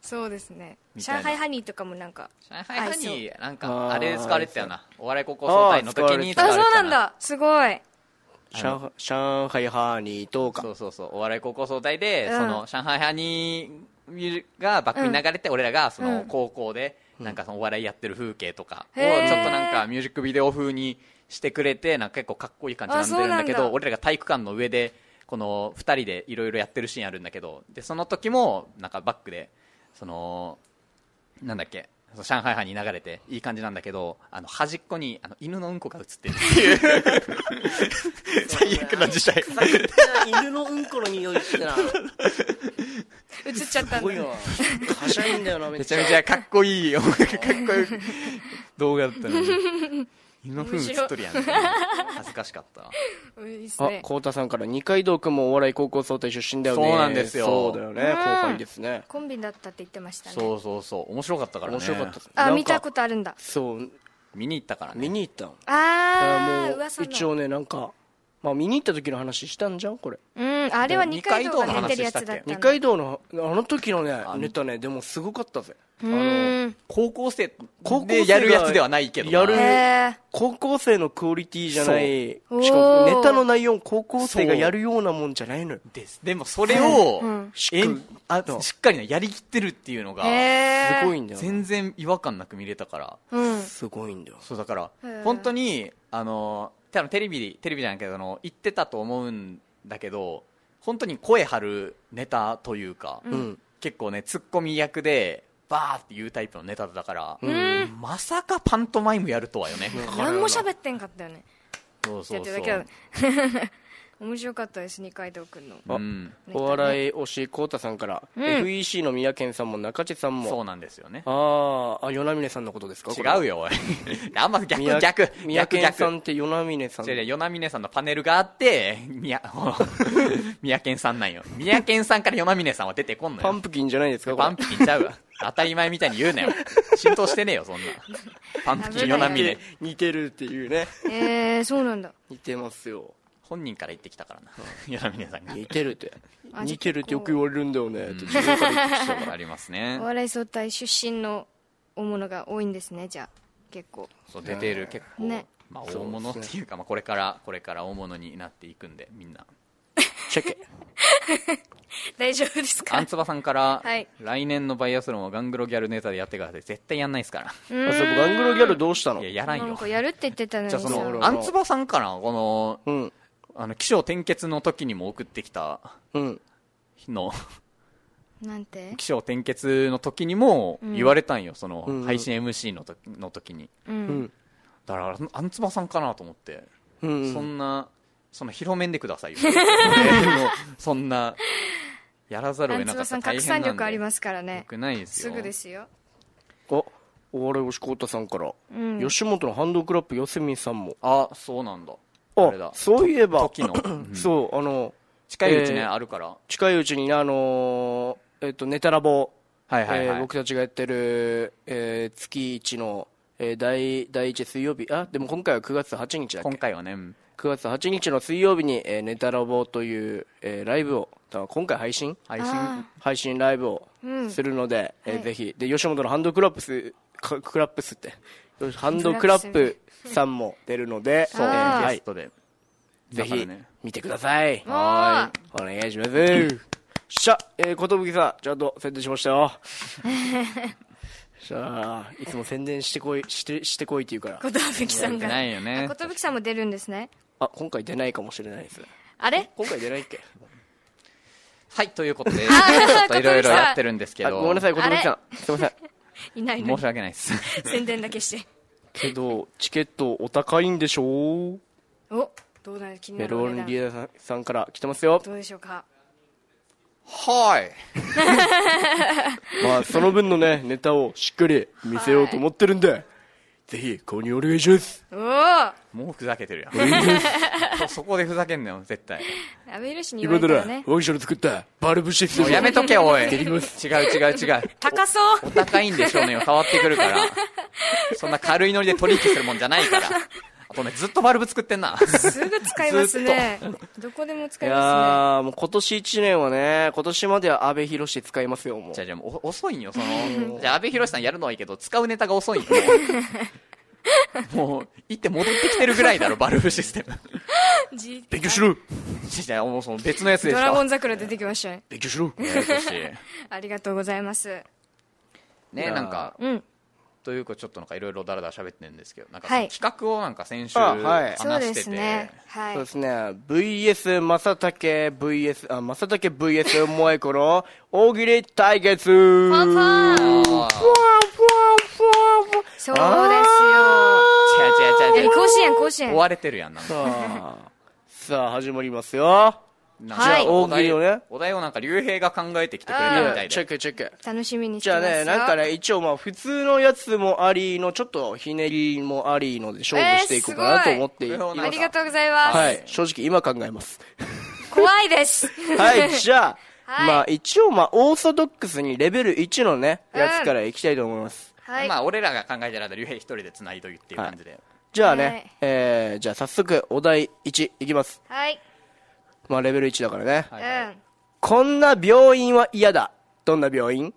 Speaker 2: そうですね
Speaker 1: みたいな
Speaker 2: 上海ハニーとかもなんか
Speaker 1: 上海ハニー、なんか、
Speaker 3: あー
Speaker 1: あれ使われてたよな。お笑い高校総体の時に使
Speaker 2: あ
Speaker 1: われ
Speaker 2: そう
Speaker 1: てた
Speaker 2: なんだすごい
Speaker 3: 上海上海ハーニーとか
Speaker 1: そうそうそうお笑い高校総体で、
Speaker 2: うん
Speaker 1: その上海ハニーミュージックがバックに流れて、俺らがそうの
Speaker 2: ん
Speaker 1: 高校で、なんかそのお笑いやってる風景とかをちょ
Speaker 2: へ
Speaker 1: っ
Speaker 2: ー
Speaker 1: となんかミュージックビデオ風にしてくれてなんか結構かっこいい感じになってるんだけ
Speaker 2: あそうな
Speaker 1: ど
Speaker 2: んだ
Speaker 1: 俺らが体育館の上でこの2人でいろいろやってるシーンあるんだけどでその時もなんかバックでそのなんだっけその上海ハニー流れていい感じなんだけどあの端っこにあの犬のうんこが映ってるっていう 最悪な事態
Speaker 3: 犬のうんこの匂いしてなす
Speaker 2: 映っちゃったん
Speaker 3: ごい
Speaker 2: だ
Speaker 3: よはしゃいんだよなめっ
Speaker 1: め
Speaker 3: ち
Speaker 1: ち
Speaker 3: ゃ
Speaker 1: ゃめちゃかっこいい音楽、かっこいい動画だったのに。犬の糞映っとるやん。恥ずかしかったな。
Speaker 2: うんいいっす
Speaker 3: あ
Speaker 2: ね
Speaker 3: 浩太さんから二階堂君もお笑い高校総体出身だよね
Speaker 1: そうなんですよ
Speaker 3: そうだよね後輩ですね
Speaker 2: コンビだったって言ってましたね
Speaker 1: そうそうそう。面白かったからね。
Speaker 3: 面白かったっすなん
Speaker 2: あ
Speaker 3: か
Speaker 2: 見たことあるんだ
Speaker 3: そう
Speaker 1: 見に行ったから
Speaker 3: 見
Speaker 1: ね。
Speaker 3: に行ったのだから
Speaker 2: ああ
Speaker 3: もう
Speaker 2: 噂の
Speaker 3: 一応ねなんかまあ見に行った時の話したんじゃんこれ
Speaker 2: うんうん、あれは二階堂が出てるやつだっ
Speaker 1: 二階堂の話したっけ
Speaker 2: た
Speaker 3: 二
Speaker 2: の
Speaker 3: 階堂のあの時のね
Speaker 1: あ
Speaker 3: ネタねでもすごかったぜ
Speaker 2: うーん
Speaker 1: 高校生
Speaker 3: 高校生が
Speaker 1: でやるやつではないけどな
Speaker 3: やる
Speaker 2: へえ
Speaker 3: 高校生のクオリティじゃない
Speaker 2: そう
Speaker 3: しか
Speaker 2: お
Speaker 3: も
Speaker 2: ー
Speaker 3: ネタの内容も高校生がやるようなもんじゃないのよ
Speaker 1: ですでもそれを、
Speaker 2: うん
Speaker 3: し
Speaker 1: え
Speaker 3: っ
Speaker 1: ん
Speaker 3: あとす
Speaker 1: しっかりねやりきってるっていうのが
Speaker 2: へえ
Speaker 3: ごいんだよ
Speaker 1: 全然違和感なく見れたから
Speaker 2: うん
Speaker 3: すごいんだよ
Speaker 1: そうだから
Speaker 2: へえ
Speaker 1: 本当にあの多分テレビテレビじゃないけどあの言ってたと思うんだけど本当に声張るネタというか、
Speaker 3: うん
Speaker 1: 結構ねツッコミ役でバーっていうタイプのネタだから、
Speaker 2: うん
Speaker 1: まさかパントマイムやるとはよね、
Speaker 2: 何も喋ってんかったよね
Speaker 1: そう
Speaker 2: や
Speaker 1: そ
Speaker 2: っ
Speaker 1: う
Speaker 2: て
Speaker 1: そ
Speaker 2: るだけだ
Speaker 1: う、
Speaker 2: 面白かったです二階堂くんの
Speaker 1: うん、
Speaker 3: お笑い推しこうたさんから、
Speaker 2: ん
Speaker 3: FEC の宮健さんも中地さんも
Speaker 1: そうなんですよね
Speaker 3: あーあ与那嶺さんのことですか
Speaker 1: 違う
Speaker 3: よ
Speaker 1: よおい あんま逆
Speaker 3: 宮
Speaker 1: 逆
Speaker 3: 宮
Speaker 1: 逆
Speaker 3: 健
Speaker 1: 逆
Speaker 3: さんって与那嶺さん
Speaker 1: 違う違う、与那嶺さんのパネルがあって、宮、 宮健さんなんよ。宮健さんから与那嶺さんは出てこんのよ。
Speaker 3: パンプキンじゃないですかこれ
Speaker 1: パンプキンちゃうわ。当たり前みたいに言うなよ。浸透してねえよ、そんな。パンプキン
Speaker 2: 危な
Speaker 1: 与
Speaker 2: い
Speaker 1: 那嶺。
Speaker 3: 似てるっていうね
Speaker 2: えー、そうなんだ
Speaker 3: 似てますよ
Speaker 1: 本人から言ってきたからな。与那嶺さんが。
Speaker 3: 似てるって
Speaker 2: あ
Speaker 3: 似てるってよく言われるんだよねって
Speaker 1: ん
Speaker 3: 自分から言って
Speaker 1: そうありますね
Speaker 2: お。笑い総体出身の大物が多いんですねじゃあ結構
Speaker 1: そう、出てる結構。
Speaker 2: ね
Speaker 1: まあ、大物っていうか、まあ、これから、これから大物になっていくんで、みんな。
Speaker 3: チェケ
Speaker 2: 大丈夫ですか
Speaker 1: あんつばさんから、
Speaker 2: はい
Speaker 1: 来年のバイアスロンはガングロギャルネタでやってください。絶対やんないですから。
Speaker 3: あそうガングロギャルどうし たの
Speaker 1: いや、やらん
Speaker 2: なん
Speaker 1: よ。
Speaker 2: かやるって言ってたのに
Speaker 1: じゃあ、
Speaker 2: さ
Speaker 1: そ
Speaker 3: ほら
Speaker 1: の、あんつばさんかなこの、
Speaker 3: うん
Speaker 1: あの、起承転結の時にも送ってきた
Speaker 3: うん
Speaker 1: の、
Speaker 2: なんて
Speaker 1: 起承転結の時にも言われたんよ、その
Speaker 3: んう、ん
Speaker 1: 配信 MC の時の時に。
Speaker 2: うん
Speaker 1: だから、あんつばさんかなと思って、
Speaker 3: うん
Speaker 1: そんな、その広めんでくだ さいよ。 もうそんな、やらざるを
Speaker 2: あん
Speaker 1: 得
Speaker 2: つ
Speaker 1: なか
Speaker 2: ば
Speaker 1: った
Speaker 2: さん
Speaker 1: 大
Speaker 2: 拡
Speaker 1: 変
Speaker 2: 散
Speaker 1: なん
Speaker 2: 力あり
Speaker 1: で。
Speaker 2: ますからね
Speaker 1: よくないです
Speaker 2: す
Speaker 1: よ。
Speaker 2: ぐですよ
Speaker 3: あお笑い推しこうたさんから、
Speaker 2: ん
Speaker 3: 吉本のハンドクラップよせみさんも
Speaker 1: あ、そうなんだ。あれ
Speaker 3: あ
Speaker 1: だ。
Speaker 3: そういえば
Speaker 1: 時のうん
Speaker 3: そうあの
Speaker 1: 近いうちね、
Speaker 3: えー
Speaker 1: あるから。
Speaker 3: 近いうちにねあのーえっとネタラボ
Speaker 1: はいはい
Speaker 3: え
Speaker 1: はい
Speaker 3: ー僕たちがやってる、えー月一の、えー第第1水曜日あでも今回は9月8日だっ
Speaker 1: 今
Speaker 3: け
Speaker 1: 回はね、うん
Speaker 3: 9月8日の水曜日に、えーネタラボという、えーライブをだから今回配信
Speaker 1: 配信、
Speaker 3: 配信ライブを
Speaker 2: ん
Speaker 3: するので、えー
Speaker 2: はい
Speaker 3: ぜひで吉本のハンドクラップスかクラップスってよしハンドクラップさんも出るので
Speaker 1: そう、
Speaker 3: えーは
Speaker 1: ゲ
Speaker 3: い
Speaker 1: ス、トで。
Speaker 3: ぜ
Speaker 1: だから
Speaker 3: ひ
Speaker 1: ね
Speaker 3: 見てください、
Speaker 2: は
Speaker 3: お願いしますしゃえー、寿さんちゃんと宣伝しました よしゃあいつも宣伝してこいしてしてこいって言うから
Speaker 2: 寿さん
Speaker 1: 出
Speaker 2: が
Speaker 1: てないよね
Speaker 2: あ寿さんも出るんですね
Speaker 3: あ今回出ないかもしれないです
Speaker 2: あれ
Speaker 3: 今回出ないっけ
Speaker 1: はい、ということで、ちょっといろいろやってるんですけ
Speaker 3: あ
Speaker 1: ど、
Speaker 3: ごめんなさい寿
Speaker 2: あれ
Speaker 3: さんすいません
Speaker 2: いないの
Speaker 1: 申
Speaker 2: に
Speaker 1: し訳ないです。
Speaker 2: 宣伝だけして
Speaker 3: けどチケットお高いんでしょう
Speaker 2: おどうなる気にな
Speaker 3: メ
Speaker 2: る
Speaker 3: ロ
Speaker 2: お
Speaker 3: ン
Speaker 2: 値
Speaker 3: リ
Speaker 2: 段
Speaker 3: ーダーさんさんから来てますよ
Speaker 2: どうでしょうか
Speaker 1: はい。
Speaker 3: まあその分のねネタをしっかり見せようと思ってるんで、ぜひ購入お願いします
Speaker 2: おお
Speaker 1: もうふざけてるやん。 そこでふざけんなよ、絶対。
Speaker 2: 阿部寛に言わ
Speaker 3: 今
Speaker 2: れ
Speaker 3: な
Speaker 2: たら
Speaker 3: ら
Speaker 2: ね
Speaker 3: 我が社の作ったバルブシステ
Speaker 1: も
Speaker 3: ム
Speaker 1: うやめとけ、おい。違う
Speaker 3: ります
Speaker 1: 違う違う。
Speaker 2: 高そう
Speaker 1: お高いんでしょうね、変わってくるから。そんな軽いノリで取引するもんじゃないから。あとね、ずっとバルブ作ってんな。
Speaker 2: すぐ使いますねどこでも使
Speaker 3: い
Speaker 2: い
Speaker 3: や
Speaker 2: ま
Speaker 3: ー、もう今年1年はね、今年までは安倍博士使いますよ、もう
Speaker 1: じゃ。あ、じゃあもうお遅いんよ、その。じゃあ、安倍博さんやるのはいいけど、使うネタが遅いんよ。もう、行って戻ってきてるぐらいだろ、バルブシステム。
Speaker 2: すねじ
Speaker 3: 勉強しろ
Speaker 1: じゃあ、もうその別のやつでし
Speaker 2: ド
Speaker 1: た。
Speaker 2: ラゴン桜出てきましたね
Speaker 3: 勉強しろ
Speaker 1: ややこしい
Speaker 2: ありがとうございます
Speaker 1: ね、なんか、
Speaker 2: うん
Speaker 1: というかちょっとなんかいろいろだらだら喋ってるんですけどなんか
Speaker 2: はい
Speaker 1: 企画をなんか先週
Speaker 3: あは
Speaker 1: 話
Speaker 3: い
Speaker 2: そ
Speaker 1: し
Speaker 2: うで
Speaker 1: てて、
Speaker 2: すねは
Speaker 3: そう
Speaker 2: い
Speaker 3: ですね、VS 正竹 VS、あ、正竹 VS 萌え子の大喜利対決ふわ
Speaker 2: パン
Speaker 3: ふわ
Speaker 2: パン
Speaker 3: ふわふわふわ
Speaker 2: そうです
Speaker 1: 違う違う違
Speaker 2: よ
Speaker 1: う
Speaker 2: 甲子園甲子
Speaker 1: 追
Speaker 2: 園
Speaker 1: われてるやんなんか
Speaker 3: さあ、さあ始まりますよ。
Speaker 1: なんか
Speaker 2: はい
Speaker 1: お題
Speaker 3: 大喜利をね
Speaker 1: お題をなんか竜兵が考えてきてくれたみたい
Speaker 3: チェッ
Speaker 1: で
Speaker 3: クチェック。
Speaker 2: 楽しみにし
Speaker 3: じ
Speaker 2: てま
Speaker 3: ゃあ
Speaker 2: すよ
Speaker 3: ね、なんかね、一応まあ普通のやつもありの、ちょっとひねりもありので勝負していこうか
Speaker 2: えー
Speaker 3: な
Speaker 2: す
Speaker 3: と
Speaker 2: ごい
Speaker 3: 思ってい
Speaker 1: な
Speaker 3: ま
Speaker 1: んか
Speaker 2: ありがとうございます、
Speaker 3: はい、正直今考え ます。
Speaker 2: 怖いです
Speaker 3: はい、じゃあ、
Speaker 2: はい
Speaker 3: まあ一応まあオーソドックスにレベル1のね、
Speaker 2: うん
Speaker 3: やつからいきたいと思います。
Speaker 2: はい、
Speaker 1: まあ俺らが考えてる間竜兵一人で繋いどいっていう感じで、
Speaker 3: じゃあね、
Speaker 2: はい
Speaker 3: えー、じゃあ早速お題1いきます。
Speaker 2: はい
Speaker 3: まあレベル1だからね、
Speaker 1: は
Speaker 2: う
Speaker 1: いはい
Speaker 2: ん
Speaker 3: こんな病院は嫌だどんな 病院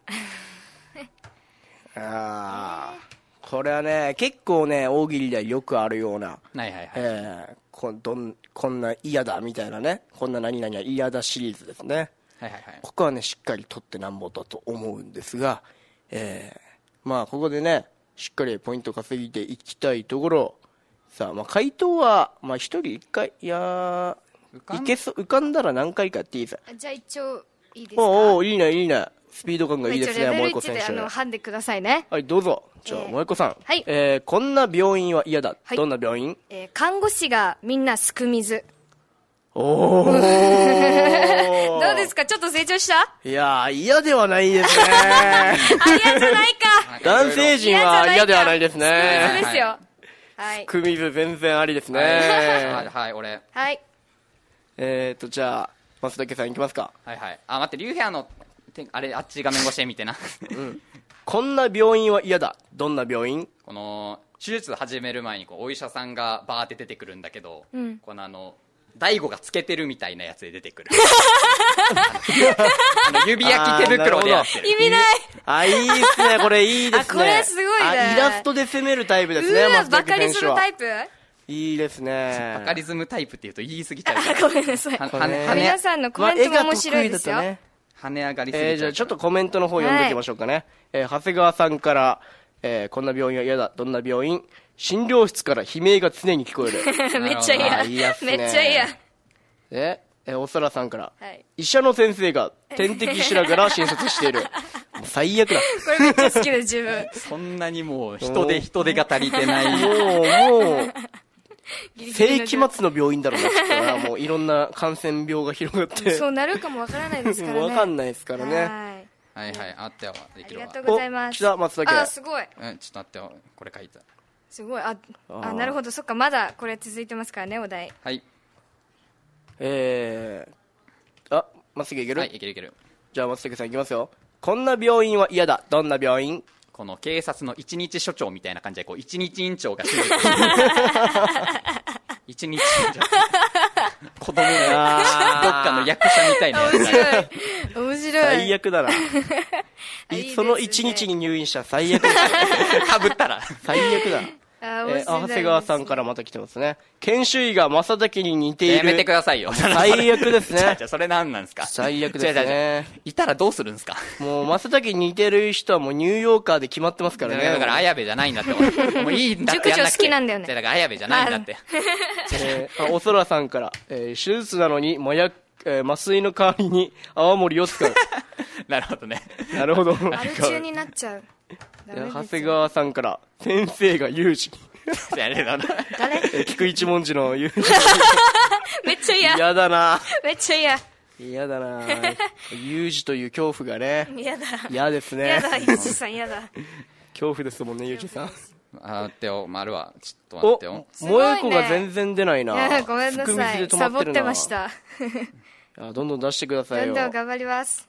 Speaker 3: ああこれはね結構ね大喜利ではよくあるような
Speaker 1: はいはいはい。
Speaker 3: えー、こんどんこんな嫌だみたいなねこんな何々は嫌だシリーズですね
Speaker 1: はいはいはい。
Speaker 3: ここはねしっかり取ってなんぼだと思うんですが、えー、まあここでねしっかりポイント稼ぎていきたいところさあ、まあ、回答は、まあ、一人一回いや
Speaker 1: 浮か
Speaker 3: ー
Speaker 1: ん
Speaker 3: いけそう浮かんだら何回かやっていいさ
Speaker 2: じゃあ一応いいですか
Speaker 3: おうおういいねいいねスピード感がいいです
Speaker 2: 一応
Speaker 3: ね
Speaker 2: レ
Speaker 3: 萌
Speaker 2: ベル
Speaker 3: 子
Speaker 2: 1
Speaker 3: 選
Speaker 2: であ
Speaker 3: 手
Speaker 2: のハンでくださいね、
Speaker 3: はいどうぞじゃあ
Speaker 2: えー
Speaker 3: 萌子さん、
Speaker 2: はい
Speaker 3: えーこんな病院は嫌だ、
Speaker 2: はい
Speaker 3: どんな病院
Speaker 2: えー看護師がみんなすく水
Speaker 3: おお
Speaker 2: どうですかちょっと成長した
Speaker 3: いやー、嫌ではないです ね。
Speaker 2: あ嫌じゃないか
Speaker 3: 男性陣は嫌ではないです
Speaker 2: 嫌
Speaker 3: ね。
Speaker 2: ですよはい
Speaker 3: クミズ全然ありです
Speaker 1: はい
Speaker 3: ね。
Speaker 1: はい、俺。
Speaker 2: はい
Speaker 3: えーと、じゃあ、松竹さんいきますか。
Speaker 1: はいはい。あ、待って、リュウヘアの、てあれ、あっち画面越しで見て な。
Speaker 3: こんな病院は嫌だ。どんな病院
Speaker 1: この手術始める前にこうお医者さんがバーって出てくるんだけど、
Speaker 2: ん
Speaker 1: このあの大悟がつけてるみたいなやつで出て くるあのあの指焼き手袋でやってる
Speaker 2: 意味ない
Speaker 3: あ、いいっす ね。これいいです
Speaker 2: あ
Speaker 3: ね。
Speaker 2: これすごいね
Speaker 3: あイラストで攻めるタイプですね、
Speaker 2: うわ
Speaker 3: 松
Speaker 2: バ
Speaker 3: 竹
Speaker 2: カに
Speaker 3: 選
Speaker 2: す
Speaker 3: 手
Speaker 2: る
Speaker 3: は
Speaker 2: タ。イプ
Speaker 3: いいですね。
Speaker 1: バカリズムタイプっていうと言い過ぎちゃう か
Speaker 2: あごめんなさい
Speaker 1: らは
Speaker 3: これね
Speaker 1: はね
Speaker 2: 皆さんのコメントも面白いですよ
Speaker 3: まあ絵が得意だとね
Speaker 1: 跳ね上がりすぎちゃうから、
Speaker 3: えー、じゃあちょっとコメントの方読んでいきましょうかね、えー長谷川さんから、えーこんな病院は嫌だどんな病院診療室から悲鳴が常に聞 こえる
Speaker 2: めっちゃ
Speaker 1: なるほど
Speaker 3: あいい
Speaker 2: 嫌
Speaker 3: やつね
Speaker 2: めっちゃ嫌
Speaker 3: ええーおさらさんから、
Speaker 2: はい
Speaker 3: 医者の先生が点滴しながら診察して いるもう最悪だ
Speaker 2: これめっちゃ好きです自 分
Speaker 1: そんなにもう人で人手が足りてない
Speaker 3: もうもう
Speaker 2: ギリギリ
Speaker 3: 世
Speaker 2: の
Speaker 3: 紀末の病院だろうなきっとなもういろんな感染病が広がって
Speaker 2: そうなるかもわからないですからね
Speaker 3: もうわかんないですからね
Speaker 2: はい
Speaker 1: はいはいあったよで
Speaker 2: あ
Speaker 1: き
Speaker 2: り
Speaker 1: る
Speaker 2: が
Speaker 1: わ
Speaker 2: とうございます
Speaker 3: お来た松茸
Speaker 2: あすごい
Speaker 1: うん、ちょっと待ってよこれ書いた
Speaker 2: すごいあ
Speaker 3: あ
Speaker 2: あ
Speaker 3: ー
Speaker 2: なるほどそっかまだこれ続いてますからねお題
Speaker 1: はい
Speaker 3: えー、あまっすぐいける、
Speaker 1: はいいけるいける
Speaker 3: じゃあ松竹さんいきますよこんな病院は嫌だどんな病院
Speaker 1: この警察の一日署長みたいな感じでこう一日院長が手術 一日院長 子供のどっかの役者みたいなやつ
Speaker 2: 面
Speaker 1: だね
Speaker 2: 白い面 白い
Speaker 3: 最悪だな。
Speaker 2: あいい
Speaker 3: い
Speaker 2: ですね
Speaker 3: その一日に入院した最 悪だ。
Speaker 1: かぶったら
Speaker 3: 最悪だ。
Speaker 2: あ
Speaker 3: え
Speaker 2: ー 面白いですね
Speaker 3: ー長谷川さんからまた来てますね。研修医が正竹に似ている。
Speaker 1: やめてくださいよ
Speaker 3: 最悪で す
Speaker 1: じゃあ
Speaker 3: ね
Speaker 1: じ。ゃあそれ何なんですか
Speaker 3: 最悪です
Speaker 1: じゃあじゃあじゃあ
Speaker 3: ね。
Speaker 1: いたらどうするんですか
Speaker 3: もう正竹に似てる人はもうニューヨーカーで決まってますからね。
Speaker 1: だから綾部じゃないんだって俺もういいんだって
Speaker 2: 塾長
Speaker 1: やくて
Speaker 2: 好きなんだよね
Speaker 1: じゃあだから綾部じゃないんだって
Speaker 3: えーあおそらさんから、えー手術なのに麻薬、えー麻酔の代わりに泡盛 を使う。
Speaker 1: なるほどね
Speaker 3: なるほど。
Speaker 2: アル中になっちゃうダメ
Speaker 3: いや
Speaker 2: です
Speaker 3: 長谷川さんから、先生が有事。
Speaker 1: じゃああれだな
Speaker 2: 誰
Speaker 3: えー菊一文字の有事。
Speaker 2: めっちゃ嫌
Speaker 3: 嫌 だな。
Speaker 2: めっちゃ嫌
Speaker 3: 嫌だな有事という恐怖がね
Speaker 2: 嫌だ
Speaker 3: 嫌ですね
Speaker 2: 嫌だゆうじさん嫌だ
Speaker 3: 恐怖ですもんねゆうじさん
Speaker 1: あ待ってよ丸はちょっと待
Speaker 3: お
Speaker 1: ってよ
Speaker 2: ごいね
Speaker 3: 萌子が全然出ない
Speaker 2: い
Speaker 3: な
Speaker 2: やごめんな
Speaker 3: 含み
Speaker 2: さ
Speaker 3: 水
Speaker 2: い
Speaker 3: で止
Speaker 2: サボ
Speaker 3: ま
Speaker 2: っ
Speaker 3: るな
Speaker 2: てました
Speaker 3: あどんどん出してくださ
Speaker 2: ど
Speaker 3: い
Speaker 2: ん
Speaker 3: よ
Speaker 2: どん頑張ります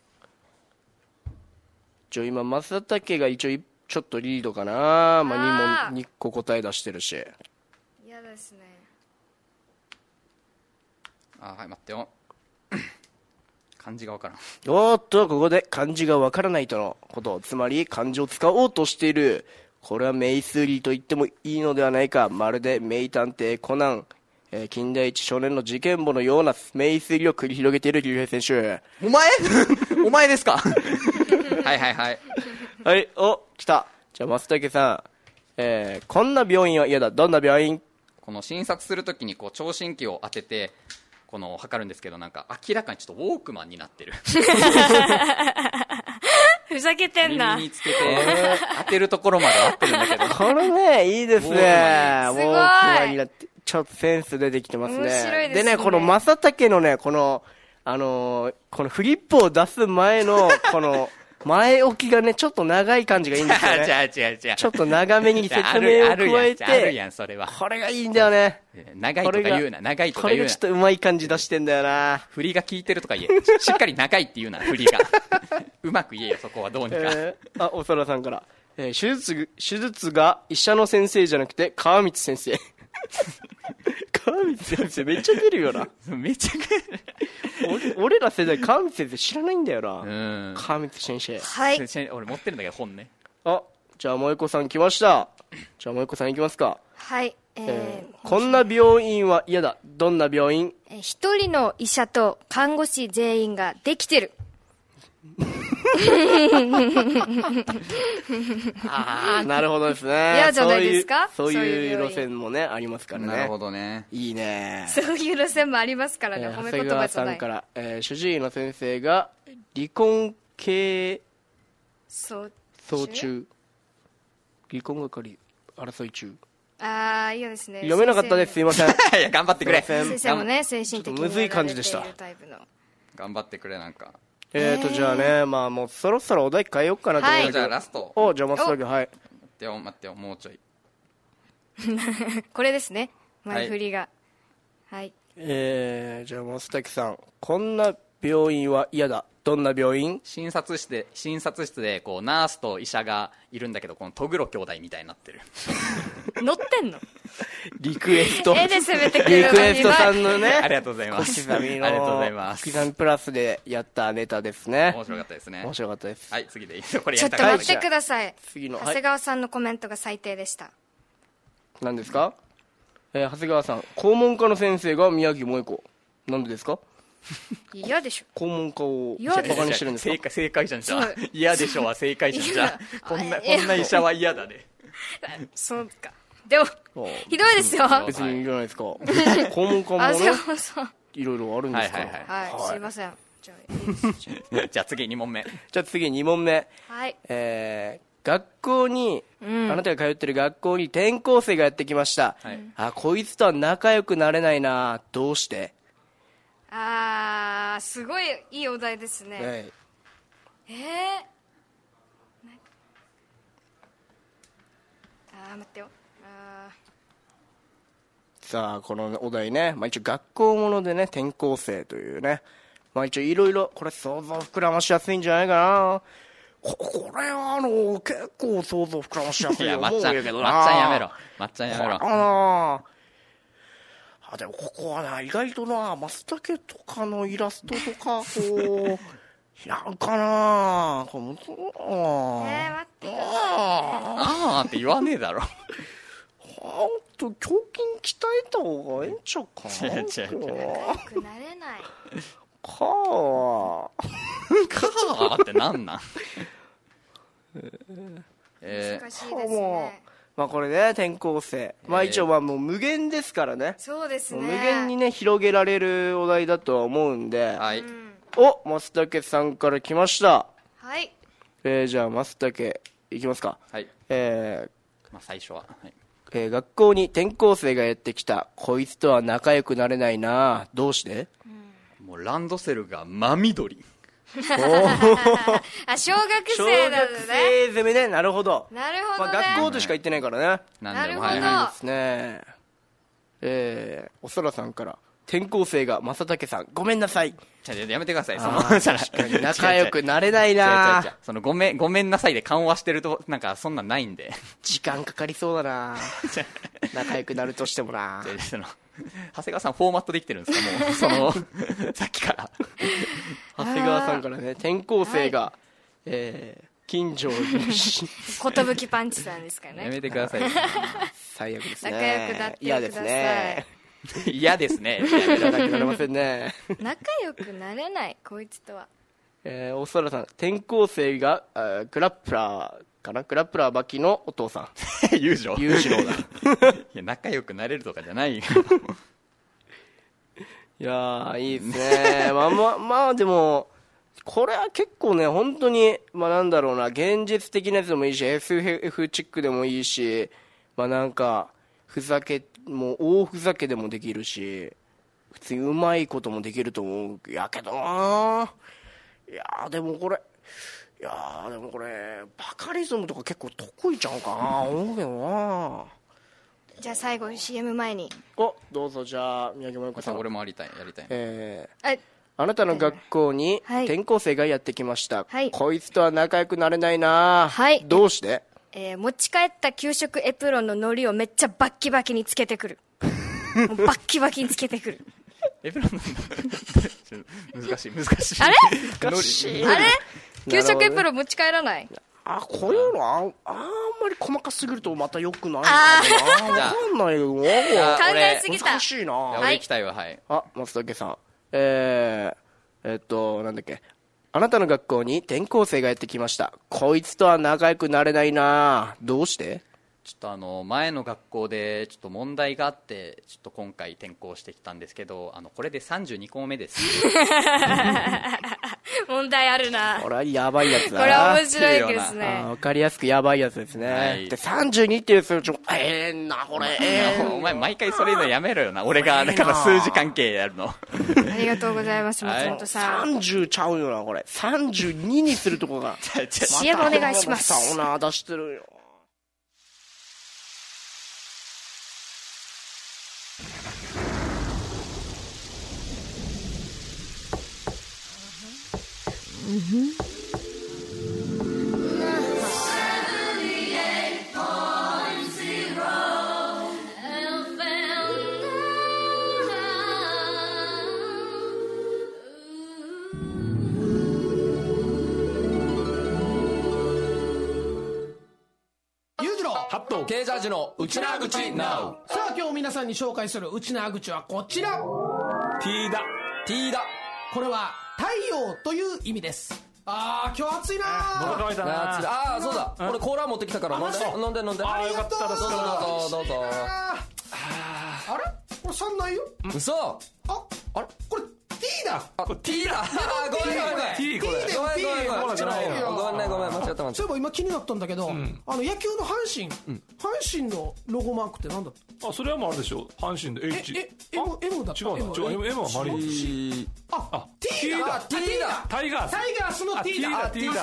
Speaker 3: ちょ今松竹が一応いちょっとリードかなまあ
Speaker 2: あー
Speaker 3: 2問2個答え出してるし
Speaker 2: 嫌ですね
Speaker 1: あはい待ってよ 漢字がわからん
Speaker 3: おーっとここで漢字がわからないとのことつまり漢字を使おうとしているこれは名推理と言ってもいいのではないかまるで名探偵コナン、えー近代一少年の事件簿のような名推理を繰り広げている竜兵選手
Speaker 1: お 前お前ですかはいはいはい。
Speaker 3: はい、お、来た。じゃあ、松竹さん。えー、こんな病院は嫌だ。どんな病院
Speaker 1: この診察するときにこう聴診器を当てて、この測るんですけど、なんか明らかにちょっとウォークマンになってる。
Speaker 2: ふざけてんな
Speaker 1: 耳につけて、当てるところまで合ってるんだけど。
Speaker 3: これ ね、いいです
Speaker 1: ウォー
Speaker 3: ね。
Speaker 2: クマンすごい
Speaker 3: ウォークマンになって、ちょっとセンス出てきてますね。
Speaker 2: 面白いですね
Speaker 3: でね、この正竹のね、この、あのーこのフリップを出す前の、この、前置きがね、ちょっと長い感じがいいんですよね。
Speaker 1: 違う違う違う。
Speaker 3: ちょっと長めに説
Speaker 1: あ
Speaker 3: 明
Speaker 1: る
Speaker 3: を
Speaker 1: あるやん
Speaker 3: 加
Speaker 1: あ
Speaker 3: え
Speaker 1: るや
Speaker 3: て、
Speaker 1: ん、それは。
Speaker 3: これがいいんだよね。
Speaker 1: 長い
Speaker 3: こ
Speaker 1: か
Speaker 3: とれが
Speaker 1: 言うな、長いと
Speaker 3: こ
Speaker 1: か
Speaker 3: れ
Speaker 1: 言う
Speaker 3: が
Speaker 1: な
Speaker 3: ちょっ。とうまい感じ出してんだよな。
Speaker 1: 振りが効いてるとか言え。しっかり長いって言うな、振りが。うまく言えよ、そこはどうにか。
Speaker 3: えーあ、おそらさんから。えー手術ぐ、手術が医者の先生じゃなくて、川光先生。 川口先生めっちゃ出るよな
Speaker 1: めちゃ
Speaker 3: 俺俺ら世代川口先生知らないんだよな、
Speaker 1: くうん
Speaker 3: 川口先生
Speaker 2: はい
Speaker 1: ちなみに俺持ってるんだけど本ね
Speaker 3: あじゃあ萌子さん来ましたじゃあ萌子さん行きますか、
Speaker 2: はいえー
Speaker 3: えーこんな病院は嫌だどんな病院
Speaker 2: えー一人の医者と看護師全員ができ てる
Speaker 3: なるほどですね
Speaker 2: 嫌じゃないですか
Speaker 3: そういう
Speaker 2: そう
Speaker 3: そう
Speaker 2: いう
Speaker 3: いう
Speaker 2: 病院
Speaker 3: 路線もねありますからね
Speaker 1: なるほどね
Speaker 3: いいね
Speaker 2: そういう路線もありますからね、
Speaker 3: えー
Speaker 2: 褒め
Speaker 3: 長谷
Speaker 2: 言葉
Speaker 3: 川
Speaker 2: じゃ
Speaker 3: さ
Speaker 2: なんい
Speaker 3: から、えー主治医の先生が離婚系
Speaker 2: そう
Speaker 3: 争中離婚係争い中
Speaker 2: ああ嫌ですね
Speaker 3: 読めなかったですすいません
Speaker 1: いや頑張ってくれ
Speaker 3: すいませ
Speaker 2: 先
Speaker 3: ん
Speaker 2: 生もね精神的
Speaker 3: ちょっ
Speaker 2: に
Speaker 3: とむずい感じでした
Speaker 2: やられているタイプの
Speaker 1: 頑張ってくれなんか
Speaker 3: えーとじゃあねまあもうそろそろお題変えようかなと思
Speaker 2: は
Speaker 3: う
Speaker 2: い
Speaker 3: んだ
Speaker 1: じゃあ
Speaker 3: け
Speaker 1: ラスト
Speaker 3: どおじゃあ松崎はい
Speaker 1: 待ってよ待ってよもうちょい
Speaker 2: これですね前振りがはい、
Speaker 3: えーじゃあ松崎さんこんな病院は嫌だどんな病院
Speaker 1: 診察室で診察室でこうナースと医者がいるんだけどこのトグロ兄弟みたいにな ってる
Speaker 2: 乗ってんの
Speaker 3: リクエ スト
Speaker 2: 絵で攻めてく
Speaker 3: リ
Speaker 2: る
Speaker 3: クエストさんの
Speaker 1: あ
Speaker 3: ね
Speaker 1: りがとうございますあ
Speaker 3: 刻み
Speaker 1: り
Speaker 3: の
Speaker 1: がとうございます
Speaker 3: 刻みプラスでやったネタですね
Speaker 1: 面白かったですね
Speaker 3: 面白かったです
Speaker 1: はい次でいいですよこれ
Speaker 2: ち
Speaker 1: や
Speaker 2: ょっ
Speaker 1: りた
Speaker 2: と
Speaker 1: かっ
Speaker 2: 待
Speaker 1: た
Speaker 2: ってください
Speaker 3: 次の
Speaker 2: 長
Speaker 3: はい
Speaker 2: 谷川さんのコメントが最低でした、
Speaker 3: 何ですか、えー長谷川さん肛門科の先生が宮城萌子なんでですか
Speaker 2: 嫌でしょ
Speaker 3: 肛門科を
Speaker 2: 嫌
Speaker 3: バ
Speaker 2: です
Speaker 3: カにしてるんですか
Speaker 1: 正解正解じゃんじゃあ
Speaker 2: そう
Speaker 1: 嫌でしょは正解じゃんじゃあこんなこんな医者は嫌だね
Speaker 2: そうかでも
Speaker 3: あ
Speaker 2: ひどいですよ
Speaker 1: うん
Speaker 2: あ
Speaker 3: 別 にいいじゃないですか肛門科も
Speaker 2: 長
Speaker 3: ね
Speaker 2: 谷川さん
Speaker 3: いろいろあるんですから、
Speaker 1: はいはいは
Speaker 2: はい、すいませんじゃあいいです
Speaker 1: じゃあ次2問目
Speaker 3: じゃあ次2問目
Speaker 2: はい
Speaker 3: えー学校に、あなたが通ってる学校に転校生がやってきました、
Speaker 1: はい
Speaker 3: あこいつとは仲良くなれないなどうして、
Speaker 2: あーすごいいいお題ですね、
Speaker 3: はい
Speaker 2: えー、なあー待ってよあ
Speaker 3: さあこのお題ね、まあ、一応学校ものでね転校生というね、まあ、一応いろいろこれ想像膨らましやすいんじゃないかなここれはあの結構想像膨らましやす
Speaker 1: い
Speaker 3: い
Speaker 1: や
Speaker 3: と
Speaker 1: ま
Speaker 3: 思
Speaker 1: っ
Speaker 3: う
Speaker 1: ち
Speaker 3: ん
Speaker 1: ゃんま
Speaker 3: や
Speaker 1: っち
Speaker 3: けどな
Speaker 1: ゃんやめろまっちゃんやめろ
Speaker 3: あああでもここはな意外となマスタケとかのイラストとかこう開かなこれもそうだ
Speaker 2: ー
Speaker 3: な
Speaker 2: えー、待ってください
Speaker 3: ああ
Speaker 1: あーって言わねえだろ
Speaker 3: あと胸筋鍛えた方がええんちゃうかな
Speaker 1: 違う違う
Speaker 2: 仲良くなれない
Speaker 3: かあ
Speaker 1: かーってなんなんえー
Speaker 2: 難しいですね
Speaker 3: まあこれね転校生まあ一応まあもう無限ですからね、
Speaker 2: そうですね
Speaker 3: 無限にね広げられるお題だとは思うんで、
Speaker 1: はい
Speaker 3: おマスタケさんから来ました
Speaker 2: はい
Speaker 3: えー、じゃあマスタケいきますか
Speaker 1: はい
Speaker 3: えー
Speaker 1: まあ最初ははい
Speaker 3: えー学校に転校生がやってきたこいつとは仲良くなれないなどうして
Speaker 1: もうランドセルが真緑
Speaker 3: おー
Speaker 2: あ小学
Speaker 3: 小
Speaker 2: 生
Speaker 3: 学
Speaker 2: だとね
Speaker 3: 生攻めねなるほど
Speaker 2: なるほ
Speaker 3: ま
Speaker 2: ど
Speaker 3: あ、
Speaker 2: ね、
Speaker 3: 学校としか行ってないからね
Speaker 1: なんでもは
Speaker 2: なる
Speaker 1: い
Speaker 2: ほど
Speaker 1: はい
Speaker 2: あ
Speaker 3: ですねえー、おそらさんから転校生が正竹さんごめんなさい
Speaker 1: ちょちょやめてくださいそのじゃない
Speaker 3: 仲良くなれない
Speaker 1: 違う違う
Speaker 3: な
Speaker 1: 違うそのごめん、ごめんなさいで緩和してると、なんかそんなんないんで。
Speaker 3: 時間かかりそ うだな仲良くなるとしてもな
Speaker 1: でその 長谷川さんフォーマットできてるんですかもう、その、 さっきから。
Speaker 3: 長谷川さんからね転校生が、えー近所にし
Speaker 2: 寿パンチさんですから
Speaker 1: や
Speaker 2: ね
Speaker 1: めてください。
Speaker 3: 最悪ですね
Speaker 2: 仲良くなって
Speaker 3: 嫌です
Speaker 2: くだ さ
Speaker 3: ね
Speaker 2: い
Speaker 1: 嫌ですね。
Speaker 3: じゃなくなれませんね。
Speaker 2: 仲良くなれないこいつとは
Speaker 3: えー、おそらさん、転校生が、あーグラップラーかなグラップラーバキのお父さ
Speaker 1: 友情。
Speaker 3: ん。裕次郎だ。
Speaker 1: いや、仲良くなれるとかじゃないよ。
Speaker 3: いやー、いいです ね。まあまあ、まあでも、これは結構ね、本当に、まあなんだろうな、現実的なやつでもいいし、SF チックでもいいし、まあなんか、ふざけ、もう大ふざけでもできるし、普通にうまいこともできると思う。やけどなーいやー、でもこれ、いやー、でもこれ、バカリズムとか結構得意ちゃうかな思うけどなー
Speaker 2: じゃあ最後 CM 前に
Speaker 3: お、どうぞじゃあ、宮城萌子さん。
Speaker 1: 俺もありたい、やりたい。
Speaker 3: えー、
Speaker 2: あ
Speaker 3: あなたの学校に
Speaker 2: はい
Speaker 3: 転校生がやってきました、
Speaker 2: はい
Speaker 3: こいつとは仲良くなれないな、
Speaker 2: はい
Speaker 3: どうして
Speaker 2: えー持ち帰った給食エプロンの海苔をめっちゃバッキバキにつけてくるもうバッキバキにつけてくる
Speaker 1: エプロンの ちょっと難しい難しい
Speaker 2: あれ
Speaker 1: 難
Speaker 2: あれ給
Speaker 3: なるほど
Speaker 2: 食
Speaker 3: ね
Speaker 2: エプロン持ち帰らない
Speaker 3: あこういうのあんあんまり細かすぎるとまた良くないのかな
Speaker 1: あー
Speaker 3: 分かんないよ
Speaker 1: や
Speaker 3: わ
Speaker 2: 考えすぎた
Speaker 3: 難しい
Speaker 1: いや
Speaker 3: な
Speaker 2: はい
Speaker 1: 俺行きたいわはい
Speaker 3: あ松竹さんえー、えっとなんだっけあなたの学校に転校生がやってきましたこいつとは仲良くなれないなどうして
Speaker 1: ちょっとあの前の学校でちょっと問題があってちょっと今回転校してきたんですけどあのこれで32校目です
Speaker 2: 問題あるな
Speaker 3: これはやばいやつだ
Speaker 2: こ
Speaker 3: な
Speaker 2: れは面白いです
Speaker 3: あー
Speaker 2: ね
Speaker 3: わかりやすくやばいやつですね、
Speaker 1: はい
Speaker 3: で32っていう数字もええー、なこれええ
Speaker 1: お前毎回それのやめろよな俺がだから数字関係やるの
Speaker 2: ありがとうございます
Speaker 1: はい
Speaker 2: 松本さん
Speaker 3: 30ちゃうよなこれ32にするとこが
Speaker 2: CM お願いします
Speaker 3: サウナ出してるよ
Speaker 6: ゆうじろうハット
Speaker 7: 経済ジのうちなぐち NOW
Speaker 6: さあ今日皆さんに紹介するうちなあぐちはこちらこ
Speaker 7: T だ T だ
Speaker 6: れは太陽という意味ですあー今日暑いなー
Speaker 7: あーつあーそうだ俺コーラ持ってきたから飲んで飲んで飲んで
Speaker 6: ありがとう
Speaker 7: どうぞどうぞどうぞ
Speaker 6: あーあれこれ3ないよ
Speaker 7: 嘘
Speaker 6: ああれこれ T だ
Speaker 7: あ T だあーごめんごめんごめん
Speaker 6: T これ T
Speaker 7: ごめんごめんごめんごめん
Speaker 6: T だよ
Speaker 7: ごめんねごめん間違った間違っ
Speaker 6: そういえば今気になったんだけど、あの野球の阪神、阪神のロゴマークってなんだ
Speaker 8: あそれはもうあれでしょ阪神で H
Speaker 6: え M, M だった
Speaker 8: 違うな
Speaker 6: M
Speaker 8: ちょ M, M はマリーンズ
Speaker 6: あ T だ
Speaker 7: たあ T だ
Speaker 8: タイガース
Speaker 6: タイガースの T だ
Speaker 7: あ T だ T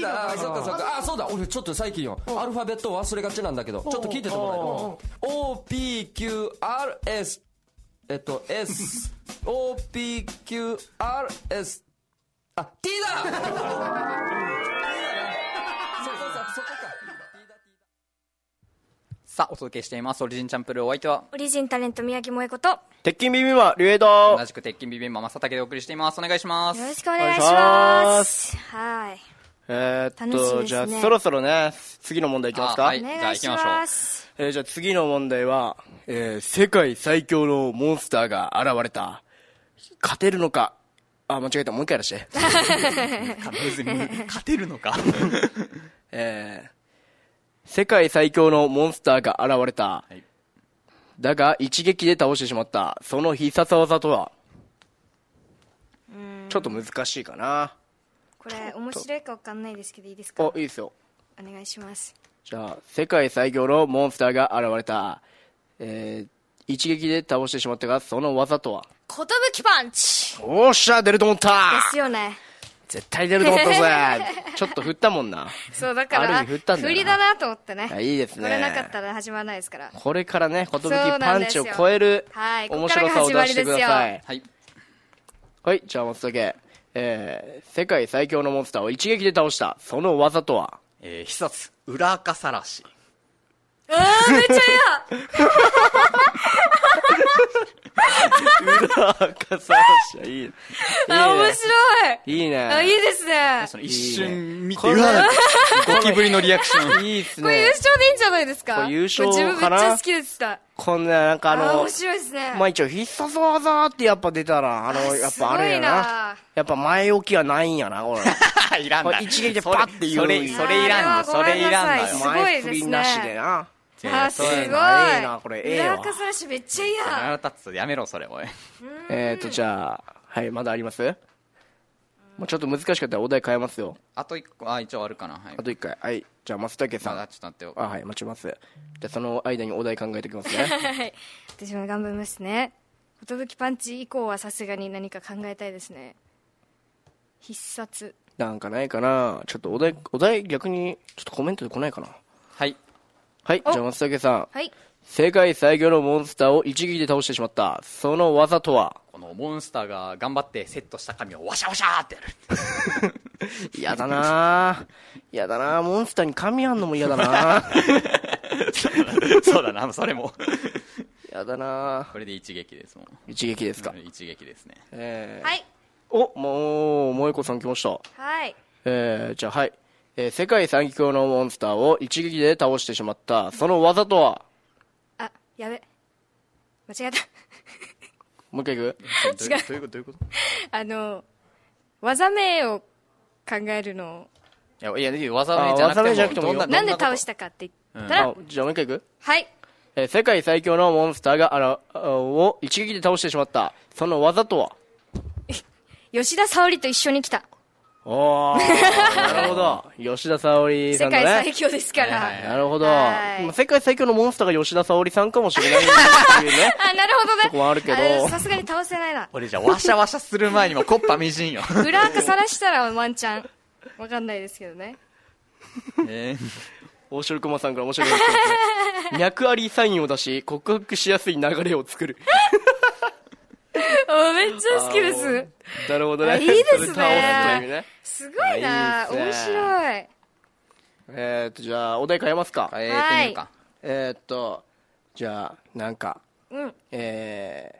Speaker 7: だあそっかそっかあそうだ俺ちょっと最近よアルファベット忘れがちなんだけどちょっと聞いててもらえる OPQRS えっと SOPQRS あ T だ T だなそこさそこか
Speaker 1: さあお届けしていますオリジンチャンプルーお相手は
Speaker 2: オリジンタレント宮城萌子とよ
Speaker 3: 鉄筋ビビンバリュエド
Speaker 1: 同じく鉄筋ビビンバ正竹でお送りしていますお願いします
Speaker 2: ろしくお願いしますはい
Speaker 3: えー、っ
Speaker 2: 楽しみです
Speaker 3: と、
Speaker 2: ね
Speaker 3: じゃあそろそろね次の問題いきますか、
Speaker 1: あは
Speaker 2: お
Speaker 1: いじゃあ
Speaker 2: 願い
Speaker 1: 行
Speaker 2: し
Speaker 1: きましょう
Speaker 2: ます
Speaker 3: えーじゃあ次の問題は、えー世界最強のモンスターが現れた勝てるのかあ間違えたもう一回やらして
Speaker 1: 別に 勝てるのか
Speaker 3: えー世界最強のモンスターが現れた、
Speaker 1: い
Speaker 3: だが一撃で倒してしまったその必殺技とはちょっと難しいかな
Speaker 2: これ面白いかわかんないですけどいいですか
Speaker 3: お
Speaker 2: お
Speaker 3: いいですよ
Speaker 2: 願いします
Speaker 3: じゃあ世界最強のモンスターが現れた、えー一撃で倒してしまったがその技とは
Speaker 2: 寿パンチ
Speaker 3: おっしゃ出ると思った
Speaker 2: ですよね
Speaker 3: 絶対出ると思 ったぜちょっと振ったもんな
Speaker 2: そうだか
Speaker 3: あ
Speaker 2: ら
Speaker 3: る意味振ったんだよな
Speaker 2: 振りだなと思ってね
Speaker 3: いやいいですね
Speaker 2: これなかったら始まらないですから
Speaker 3: これからね寿
Speaker 2: そうな
Speaker 3: パ
Speaker 2: ん
Speaker 3: ン
Speaker 2: です
Speaker 3: チ
Speaker 2: よ
Speaker 3: を超える
Speaker 2: はいこ
Speaker 3: 面
Speaker 2: っから
Speaker 3: 白
Speaker 2: が
Speaker 3: さを
Speaker 2: 始ま
Speaker 3: 出
Speaker 2: り
Speaker 3: し
Speaker 2: で
Speaker 3: て
Speaker 2: す
Speaker 3: く
Speaker 2: よ
Speaker 3: ださい
Speaker 1: はい
Speaker 3: はいじゃあ松茸えー、世界最強のモンスターを一撃で倒したその技 とは
Speaker 1: えー、必殺裏垢さらし
Speaker 2: うわーめっちゃ嫌
Speaker 3: いい
Speaker 2: あ面白い
Speaker 3: いい
Speaker 2: あいい
Speaker 3: ね
Speaker 2: ですね
Speaker 1: その一瞬見て
Speaker 3: これ
Speaker 1: うわゴキブリのリアクション
Speaker 3: いいっす
Speaker 2: これ優
Speaker 3: ね
Speaker 2: 勝でいいんじゃないです
Speaker 3: こ
Speaker 2: か
Speaker 3: れ優勝
Speaker 2: これ自分めっち
Speaker 3: か
Speaker 2: ゃ
Speaker 3: な
Speaker 2: 好きでした
Speaker 3: こんななんかあ
Speaker 2: あー
Speaker 3: の
Speaker 2: 面白いですね
Speaker 3: まあ一応必殺技ってやっぱ出たらあのやっぱあれ
Speaker 2: す
Speaker 3: や
Speaker 2: ごい
Speaker 3: な
Speaker 2: な
Speaker 3: やっぱ前置きはないんやなこ れ
Speaker 1: いらんだ
Speaker 3: これ一撃でパッて言う
Speaker 1: それそれそれいらんの
Speaker 2: あー
Speaker 1: それいらんの
Speaker 2: ごめんなさい
Speaker 1: よ
Speaker 3: 前振りなしでな
Speaker 2: あーすごい
Speaker 1: そういうの
Speaker 3: いいなこれええ
Speaker 2: 裏
Speaker 3: わ
Speaker 2: 垢さらしめっちゃ嫌
Speaker 1: 腹立つやめろそれおい
Speaker 3: えーと、じゃあ、はい、まだありますもうちょっと難しかったらお題変えますよ。
Speaker 1: あと一個あ一応あるかなはい
Speaker 3: あと一回。はい。じゃあ、松竹さ
Speaker 1: ま
Speaker 3: ん。
Speaker 1: だ
Speaker 3: あ、
Speaker 1: ちょっと待ってよ
Speaker 3: はい、待ちます。じゃあ、その間にお題考えておきます ね。
Speaker 2: はい私も頑張りますね寿パンチ以降はさすがに何か考えたいですね必殺
Speaker 3: なんかないかなちょっとお題、お題逆に、ちょっとコメントで来ないかな
Speaker 1: はい
Speaker 3: はい、じゃあ松竹さん。
Speaker 2: はい
Speaker 3: 世界最強のモンスターを一撃で倒してしまった。その技とは
Speaker 1: このモンスターが頑張ってセットした髪をワシャワシャーってやる
Speaker 3: 嫌だな嫌だなモンスターに噛み合んのも嫌だな
Speaker 1: そうだな、そうだなそれも。
Speaker 3: やだな
Speaker 1: これで一撃ですもん
Speaker 3: 一撃ですか。
Speaker 1: 一撃ですね
Speaker 3: え
Speaker 2: はい
Speaker 3: ー、お、もう、萌子さん来ました。
Speaker 2: はい
Speaker 3: えー、じゃあはい。えー世界最強のモンスターを一撃で倒してしまった、その技とは
Speaker 2: あやべ間違えた
Speaker 3: もう一回いく
Speaker 1: 違うどういうことどういうこと
Speaker 2: あの技名を考えるの
Speaker 1: いやいやいや技名じゃなくても
Speaker 3: あ技名じゃなくてもいいよ
Speaker 1: どんな
Speaker 2: なんで倒したかって言ったら、
Speaker 3: あじゃあもう一回いく
Speaker 2: はい
Speaker 3: えー世界最強のモンスターがあらあを一撃で倒してしまった、その技とは
Speaker 2: 吉田沙保里と一緒に来た
Speaker 3: おー、なるほど。 吉田沙保里さ
Speaker 2: 世界
Speaker 3: んだね。
Speaker 2: 最強ですから、
Speaker 3: なるほど。
Speaker 2: はい。
Speaker 3: まあ世界最強のモンスターが吉田沙保里さんかもしれないっていうね
Speaker 2: あなるほどね
Speaker 3: そこはあるけど
Speaker 2: あさすがに倒せないな
Speaker 1: 俺じゃあわしゃわしゃする前にもコッパみじんよ
Speaker 2: 裏垢さらしたらワンチャンわかんないですけ どね
Speaker 1: え
Speaker 3: 大城駒さんから面白いです脈ありサインを出し、告白しやすい流れを作る。
Speaker 2: あめっちゃ好きです
Speaker 3: なるほど
Speaker 2: あ
Speaker 3: ね。
Speaker 2: いいですね
Speaker 3: それ倒すというね。
Speaker 2: すごいな
Speaker 3: あいい
Speaker 2: 面
Speaker 3: ですね
Speaker 2: 白い
Speaker 3: えーっと、じゃあ、お題変えますか。
Speaker 1: ー、変えてみるか、
Speaker 3: えーっと、じゃあ、なんか、
Speaker 2: うん
Speaker 3: え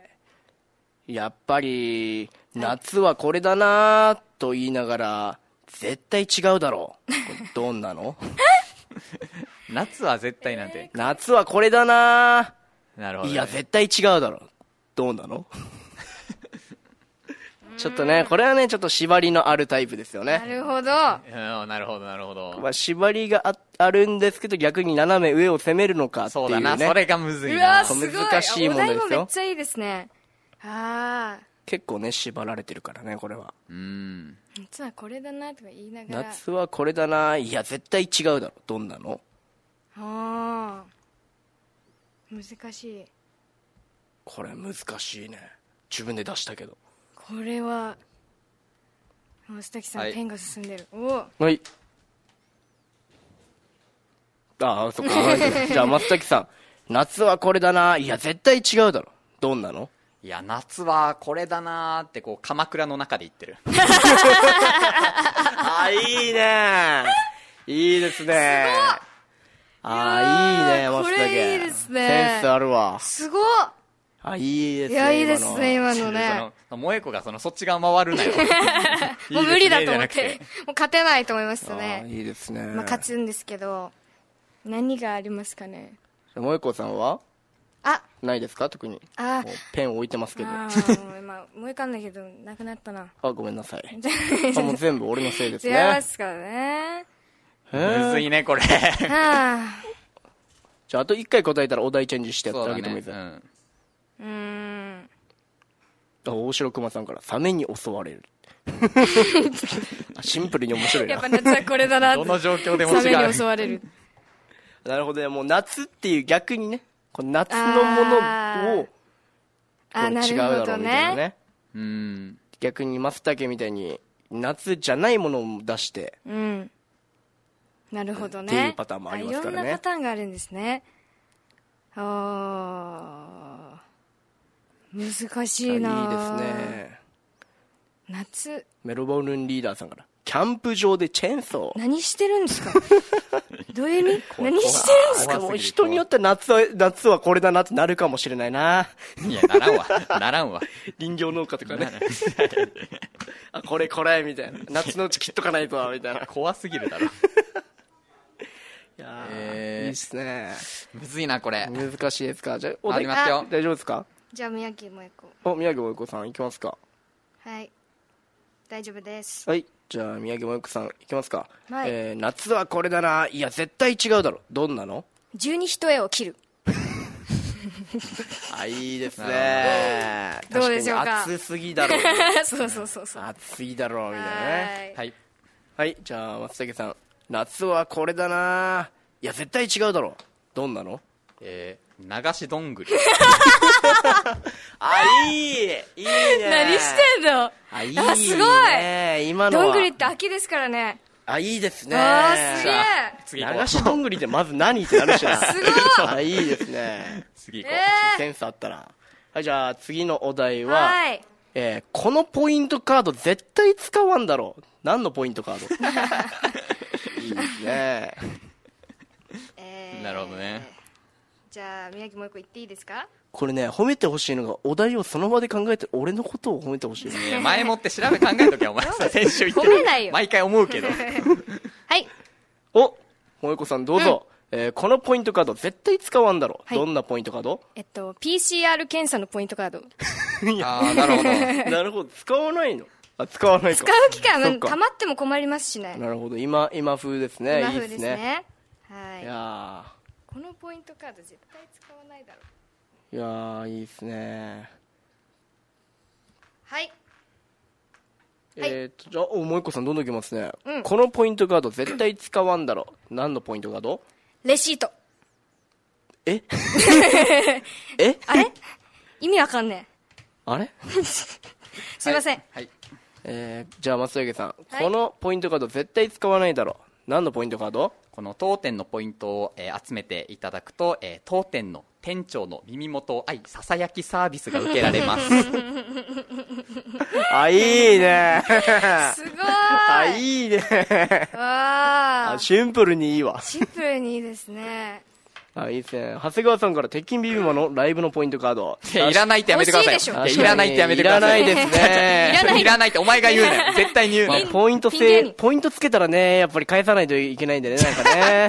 Speaker 3: ー、やっぱり、夏はこれだなーと言いながら、絶対違うだろう。これどんなの
Speaker 1: 夏は絶対なんて、
Speaker 3: 夏はこれだな
Speaker 1: なるほ
Speaker 3: ー
Speaker 1: ど、
Speaker 3: い
Speaker 1: ね、
Speaker 3: や、絶対違うだろう。どう なのちょっとね、これはね、ちょっと縛りのあるタイプですよ
Speaker 2: な
Speaker 3: ね。
Speaker 2: る
Speaker 1: う
Speaker 2: ほど
Speaker 1: んなるほどなるほど、
Speaker 3: まあ、縛りがああるんですけど、逆に斜め上を攻めるのかってい
Speaker 1: そううだな
Speaker 3: ね。
Speaker 1: それがむずいうな
Speaker 2: わすごい
Speaker 3: 難しい問題ですよ
Speaker 2: お題もめっちゃいいですねああ
Speaker 3: 結構ね、縛られてるからね、これは。
Speaker 1: うん
Speaker 2: 実はこれだなとか言いながら
Speaker 3: 夏はこれだなーいや、絶対違うだろう。どんなの
Speaker 2: あー難しい
Speaker 3: これ難しいね自分で出したけど
Speaker 2: これはもう須崎さん、
Speaker 1: はい
Speaker 2: ペンが進んでるお
Speaker 3: はいああそっかはいじゃあ松崎さん夏はこれだないや絶対違うだろどんなの
Speaker 1: いや夏はこれだなーってこう鎌倉の中で言ってる
Speaker 3: あいいねいいですねああい
Speaker 2: い
Speaker 3: いね
Speaker 2: やー
Speaker 3: 松崎
Speaker 2: これいいですね
Speaker 3: センスあるわ
Speaker 2: すごっ
Speaker 3: あいいです
Speaker 2: い
Speaker 3: ね
Speaker 2: やいいで
Speaker 3: 今
Speaker 2: す
Speaker 3: の
Speaker 2: ね今のね
Speaker 1: その萌子がそのそっち側回るなよ
Speaker 2: もう無理だと思っ
Speaker 1: いいです
Speaker 2: て
Speaker 1: ね
Speaker 2: もう勝てないと思いました
Speaker 3: あ
Speaker 2: ね
Speaker 3: いいですね、
Speaker 2: まあ勝つんですけど何がありますかね
Speaker 3: 萌子さんは
Speaker 2: あ
Speaker 3: ないですか特に
Speaker 2: あ
Speaker 3: もうペン置いてますけど
Speaker 2: あーもう今思い浮かんだけどなくなったな
Speaker 3: あごめんなさい あもう全部俺のせいです
Speaker 2: 違い
Speaker 3: ね
Speaker 2: ますからね
Speaker 1: じゃなくて むずいねこれ
Speaker 2: あ
Speaker 3: じゃあ、あと一回答えたらお題チェンジしてやってあげてもいいです
Speaker 1: う
Speaker 3: か。
Speaker 1: ん
Speaker 2: ーうーん
Speaker 3: あ大城熊さんから、サメに襲われ る。あシンプルに面白い
Speaker 2: やっ
Speaker 3: な
Speaker 2: ぱ。夏はこれだなっ
Speaker 1: ど
Speaker 2: て
Speaker 1: の状況でも
Speaker 2: サメ
Speaker 1: 違
Speaker 2: に
Speaker 1: う
Speaker 2: 襲われる
Speaker 3: なるほどね。もう夏っていう逆にね、この夏のもの
Speaker 2: あ
Speaker 3: を、
Speaker 2: ー
Speaker 3: こ
Speaker 2: な
Speaker 3: う違
Speaker 2: る
Speaker 3: うだ
Speaker 2: ほ
Speaker 3: ろ
Speaker 2: ど
Speaker 3: うみたいな
Speaker 2: ね
Speaker 3: ね。
Speaker 1: うん
Speaker 3: 逆に松茸みたいに、夏じゃないものを出して、
Speaker 2: うんなるほどね
Speaker 3: っていうパターンもありますからね
Speaker 2: あいろんなパターンがあるんですねあー難し
Speaker 3: あいい
Speaker 2: い
Speaker 3: で
Speaker 2: な
Speaker 3: すね。
Speaker 2: 夏
Speaker 3: メロボルンリーダーさんから、キャンプ場でチェーンソー。
Speaker 2: 何してるん ですかどういう意味何してるんです
Speaker 3: しか
Speaker 2: か
Speaker 3: も人によっては夏は、夏はこれだなってなるかもしれないな。
Speaker 1: いやならんわならんわ
Speaker 3: 林業農家とかね あこれこれみたいな夏のうち切っとかないとみたいない
Speaker 1: 怖すぎるだろ
Speaker 3: や
Speaker 1: えー
Speaker 3: いいっすね
Speaker 1: むずいなこれ
Speaker 3: 難しいですかじゃあお
Speaker 1: あり
Speaker 3: 題
Speaker 1: ますよ
Speaker 3: 大丈夫ですか
Speaker 2: じゃあ宮城も行こ
Speaker 3: お宮城萌子さんいきますか
Speaker 2: うはい大丈夫です
Speaker 3: はいじゃあ宮城萌子さんいきますか、
Speaker 2: はい
Speaker 3: えー夏はこれだないや絶対違うだろどんなの
Speaker 2: 十二一重を切る
Speaker 3: あいいですね
Speaker 2: どうでしょうか
Speaker 3: 確に暑すぎだろ
Speaker 2: そうそうそうそう
Speaker 3: 暑すぎだろみたいなね
Speaker 2: は
Speaker 1: はいい
Speaker 3: はいじゃあ松崎さん夏はこれだないや絶対違うだろどんなの
Speaker 1: えー、流しどんぐり
Speaker 3: あ、いいいいね
Speaker 2: 何してんの
Speaker 3: あ、いい
Speaker 2: あすごい
Speaker 3: ね今のは
Speaker 2: どんぐりって秋ですからね
Speaker 3: あ、いいですね
Speaker 2: あーすげえ
Speaker 1: 次行こ
Speaker 3: 流
Speaker 1: う
Speaker 3: しどんぐりってまず何ってなる しな。す
Speaker 2: ごい
Speaker 3: あ、いいですね。
Speaker 1: 次行こう、
Speaker 2: え
Speaker 3: センスあったら。はい、じゃあ次のお題
Speaker 2: ー、
Speaker 3: は、
Speaker 2: はい
Speaker 3: えーこのポイントカード絶対使わんだろう。何のポイントカードいいですね。
Speaker 2: えー
Speaker 1: なるほどね
Speaker 2: じゃあ宮城もう一個言っていいですか
Speaker 3: これね、褒めてほしいのが、お題をその場で考えて、俺のことを褒めてほしいの。
Speaker 1: いや前もって調べ考えとけよお前さ先週言って
Speaker 2: 褒めないよ
Speaker 1: 毎回思う けど
Speaker 2: はい
Speaker 3: お萌子さんどうぞ。えーこのポイントカード絶対使わんだろ。
Speaker 2: はい
Speaker 3: どんなポイントカード
Speaker 2: えっと PCR 検査のポイントカード
Speaker 1: ああなるほど
Speaker 3: なるほど、使わないの。あ、使わないか。
Speaker 2: 使う期間
Speaker 3: そっか
Speaker 2: たまっても困りますしね
Speaker 3: なるほど、今、今風ですね。
Speaker 2: 今
Speaker 3: いい
Speaker 2: 風
Speaker 3: で
Speaker 2: ですす
Speaker 3: ね。
Speaker 2: ね
Speaker 3: い
Speaker 2: は
Speaker 3: や
Speaker 2: いこのポイントカード絶対使わないだろう
Speaker 3: ー、いやー、いいですね。
Speaker 2: はいはい
Speaker 3: えーっと、じゃあ、お、萌子さんどんどんいきますね。
Speaker 2: うん
Speaker 3: このポイントカード絶対使わんだろ。何のポイントカード
Speaker 2: レシート
Speaker 3: ええ
Speaker 2: あれ意味わかんね
Speaker 3: あれ
Speaker 2: えすいません、
Speaker 1: はい
Speaker 3: えー、じゃあ松竹さん、
Speaker 2: はい
Speaker 3: このポイントカード絶対使わないだろ何のポイントカード
Speaker 1: この当店のポイントを、えー集めていただくと、えー当店の店長の耳元を愛ささやきサービスが受けられます
Speaker 3: あいいね
Speaker 2: すごーい
Speaker 3: あいいね
Speaker 2: わ
Speaker 3: あ
Speaker 2: あ
Speaker 3: シンプルにいいわ
Speaker 2: シンプルにいいですね
Speaker 3: あいいですね長谷川さんから鉄筋ビビンバのライブのポイントカード
Speaker 1: いやいらないってやめてください
Speaker 2: 欲しいでしょ
Speaker 1: いやいらないってやめてください
Speaker 3: いらないですね
Speaker 1: いらないいらないってお前が言うね絶対に言う
Speaker 3: まあ
Speaker 1: ね
Speaker 3: ポイント
Speaker 2: ピン芸
Speaker 3: 制
Speaker 2: 人
Speaker 3: ポイントつけたらねやっぱり返さないといけないんでねなんか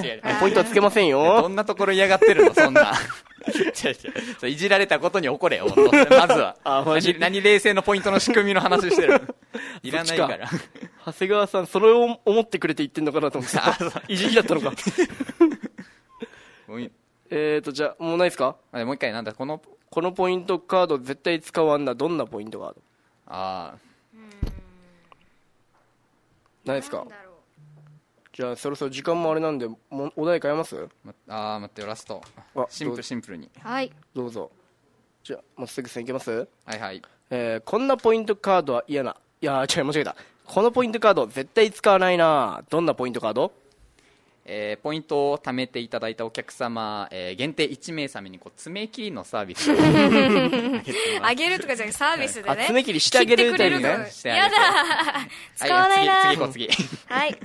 Speaker 1: 違う違
Speaker 3: ね
Speaker 1: う
Speaker 3: ポイントはつけません
Speaker 1: ど
Speaker 3: よ
Speaker 1: んなところ嫌がってるのそ んな違う違うそれいじられたことに怒れよまず は
Speaker 3: あマジ
Speaker 1: 何何冷静のポイントの仕組みの話してる いらないから
Speaker 3: そ長谷川さんそれを思ってくれて言ってんのかなと思ってたいじりだったのか
Speaker 1: もういい
Speaker 3: えーとじゃあもうないですか
Speaker 1: あもう一回なんだこの
Speaker 3: このポイントカード絶対使わんだどんなポイントカード
Speaker 1: ああ
Speaker 3: ないですか
Speaker 2: なんだろう
Speaker 3: じゃあそろそろ時間もあれなんでもお題変えます
Speaker 1: まあー待ってよラスト
Speaker 3: あ
Speaker 1: シンプ
Speaker 3: どう
Speaker 1: ルシンプルに
Speaker 2: はい
Speaker 3: どうぞじゃあまっすぐさんいけます
Speaker 1: はいはい
Speaker 3: えー、こんなポイントカードは嫌ないやー違う間違えたこのポイントカード絶対使わないなどんなポイントカード
Speaker 1: えーポイントを貯めていただいたお客様、えー限定1名様にこう爪切りのサービスを
Speaker 2: あげるとかじゃなくてサービスで
Speaker 3: あ
Speaker 2: ね
Speaker 3: 爪切りしてあげるタイ
Speaker 2: 切って
Speaker 3: プ
Speaker 2: くれる
Speaker 3: ね
Speaker 2: と
Speaker 1: してあげて
Speaker 2: 使わないな
Speaker 1: はい次次行こう次
Speaker 2: はい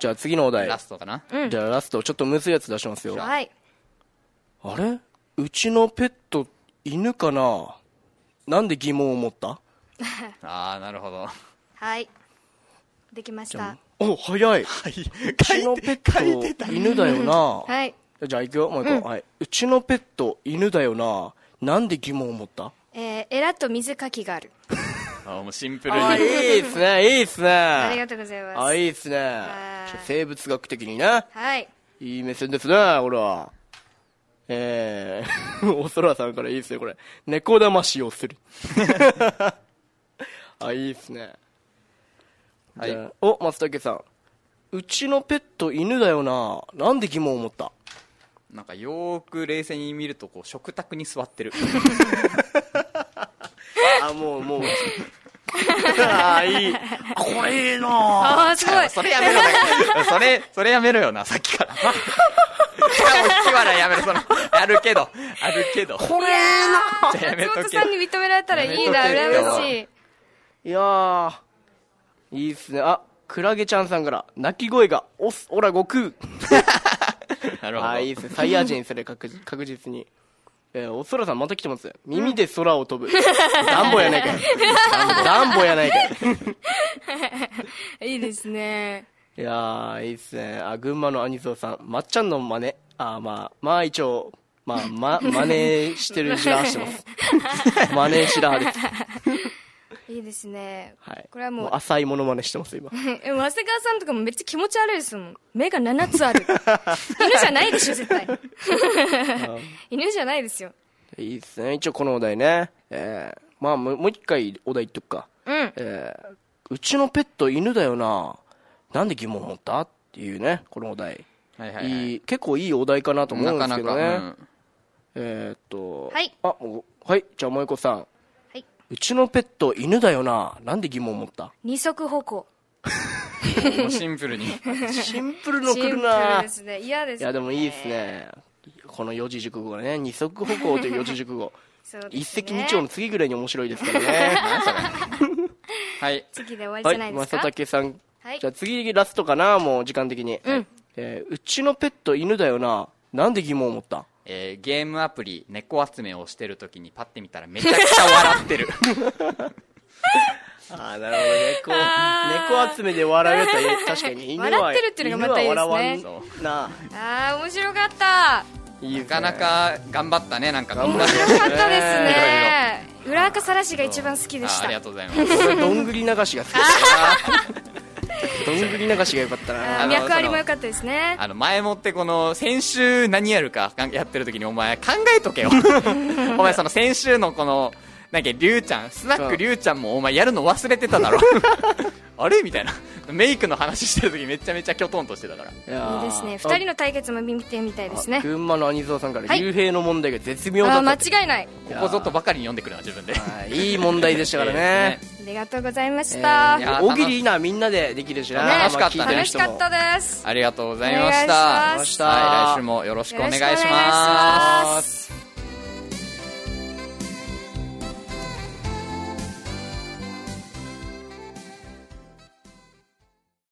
Speaker 3: じゃあ次のお題
Speaker 1: ラストかな
Speaker 3: じゃあラストちょっとむずいやつ出しますよあ
Speaker 2: はい
Speaker 3: れうちのペット犬かななんで疑問を持った
Speaker 1: ああなるほど
Speaker 2: はいできました
Speaker 3: お早いうちのペット犬だよな
Speaker 2: はい
Speaker 3: じゃあ行くよ、もう行こう。はい。うちのペット、犬だよな。なんで疑問を持った
Speaker 2: えー、エラと水かきがある
Speaker 1: あーもうシンプルに
Speaker 3: いいっすね、いいっすね。
Speaker 2: ありが
Speaker 3: あ
Speaker 2: とうございます
Speaker 3: いいっすね。ちょ生物学的にね。
Speaker 2: はい
Speaker 3: いい目線ですね、ほら。えー、 おそらさんからいいっすね、これ。猫騙しをす る。あ、いいっすね。
Speaker 1: はい
Speaker 3: じゃあお、松竹さん。うちのペット、犬だよな。なんで疑問を持った
Speaker 1: なんかよーく冷静に見るとこう食卓に座ってる
Speaker 3: あ、もう、もう。あー、いい。これいいな
Speaker 2: ああすごい
Speaker 1: それやめろよ それそれやめろよなさっきから いやもう引き笑いやめろそのあるけどあるけどこれなじゃあやめ
Speaker 2: 松
Speaker 1: と
Speaker 2: 本
Speaker 1: け
Speaker 2: さんに認められたらいいな
Speaker 1: やめとけよ
Speaker 2: 羨ましい
Speaker 3: いやー、いいっすね。あ、クラゲちゃんさんから、鳴き声が、おっす、おら、悟空。
Speaker 1: なるほど
Speaker 3: あー、いいっすね。サイヤ人、それ、確実確実に。えー、お空さん、また来てます。耳で空を飛ぶ。ダンボやないかい。ダンボやないかい。
Speaker 2: いいですね
Speaker 3: いやー、いいっすね。あ、群馬のアニソーさん、まっちゃんの真似。あー、まあ、まあ一応、まあ、ま、真似してる白羽してます。真似白羽です。
Speaker 2: いいですね
Speaker 3: はい。
Speaker 2: これはもう
Speaker 3: 浅いモノマネしてます、今。
Speaker 2: えでも長谷川さんとかもめっちゃ気持ち悪いですもん目が7つ ある犬じゃないでしょ絶対犬じゃないですよ
Speaker 3: いいですね。一応このお題ね。えー、まあもうもう一回お題言っとくか。
Speaker 2: うん
Speaker 3: えー、うちのペット犬だよな。なんで疑問を持ったっていうね、このお題。
Speaker 1: はいはいいはい
Speaker 3: い結構いいお題かなと思うんで
Speaker 1: な
Speaker 3: す
Speaker 1: か
Speaker 3: け
Speaker 1: なか、
Speaker 3: どね。
Speaker 1: うん
Speaker 3: えー、っと、
Speaker 2: はい
Speaker 3: あ、もう、はい、じゃあ萌子さん。
Speaker 2: はい。
Speaker 3: うちのペット犬だよな。なんで疑問を持った
Speaker 2: 二足歩行
Speaker 1: もうシンプルに
Speaker 3: シンプルの
Speaker 2: シ
Speaker 3: 来
Speaker 2: ンプ
Speaker 3: る
Speaker 2: ル
Speaker 3: な
Speaker 2: で。すね嫌です
Speaker 3: いや、でもいいですね。この四字熟語がね、二足歩行という四字熟語。
Speaker 2: そうですね
Speaker 3: 一石二鳥の次ぐらいに面白いですか らね。
Speaker 1: はい
Speaker 2: 次で終わ
Speaker 3: は
Speaker 2: りじゃない
Speaker 3: い、
Speaker 2: です
Speaker 3: 正
Speaker 2: か
Speaker 3: 竹さん、
Speaker 2: はい
Speaker 3: じゃあ次ラストかなもう時間的に、うえーうちのペット犬だよななんで疑問を持った
Speaker 1: えーゲームアプリ猫集めをしてるときにパッて見たらめちゃくちゃ笑 ってる
Speaker 3: ああ、なるほど。猫、猫集めで笑うやつは 確かに犬は
Speaker 2: 笑ってるっていうのがまたいいですね
Speaker 3: 犬は笑わんな。
Speaker 2: あー面白かった
Speaker 3: いい
Speaker 1: なかなか頑張ったねなんかみんな
Speaker 2: 面白かったですね裏垢さらしが一番好きでし
Speaker 1: ああ
Speaker 2: た
Speaker 1: りがとうございます
Speaker 3: どんぐり流しが好 きですどんぐり流しが良かったな。
Speaker 2: あー脈ありも良かったですね
Speaker 1: あの前もってこの先週何やるかかんやってる時にお前考えとけよお前その先週のこのなんかりゅうちゃんスナッ
Speaker 3: そ
Speaker 1: ク
Speaker 3: う
Speaker 1: りゅうちゃんもお前やるの忘れてただろあれみたいなメイクの話してる時めちゃめちゃきょとんとしてたから
Speaker 3: いや
Speaker 2: いい
Speaker 3: ー
Speaker 2: ですね2人の対決も見てみたいですね
Speaker 3: あ群馬の兄蔵さんから、
Speaker 2: はい
Speaker 3: 幽閉の問題が絶妙
Speaker 2: あ
Speaker 3: だ
Speaker 2: ー間
Speaker 3: ったって
Speaker 2: 違いない
Speaker 1: ここぞとばかりに読んでくるな自分で
Speaker 3: はいいい問題でした からね
Speaker 1: です
Speaker 2: ありがとうございまし
Speaker 3: え
Speaker 2: た、
Speaker 3: ー
Speaker 1: いやー
Speaker 3: 大喜利いいなみんなでできるしな、
Speaker 1: ね楽しかったね
Speaker 3: まあ聞いてる
Speaker 2: 楽し
Speaker 3: 人
Speaker 2: かっ
Speaker 3: も
Speaker 2: たです
Speaker 1: ありがとうございまし
Speaker 2: お願いします
Speaker 1: た
Speaker 2: ありがとうございま
Speaker 3: した
Speaker 1: はい、来週もよろしくお願いします
Speaker 2: よろしくお願いします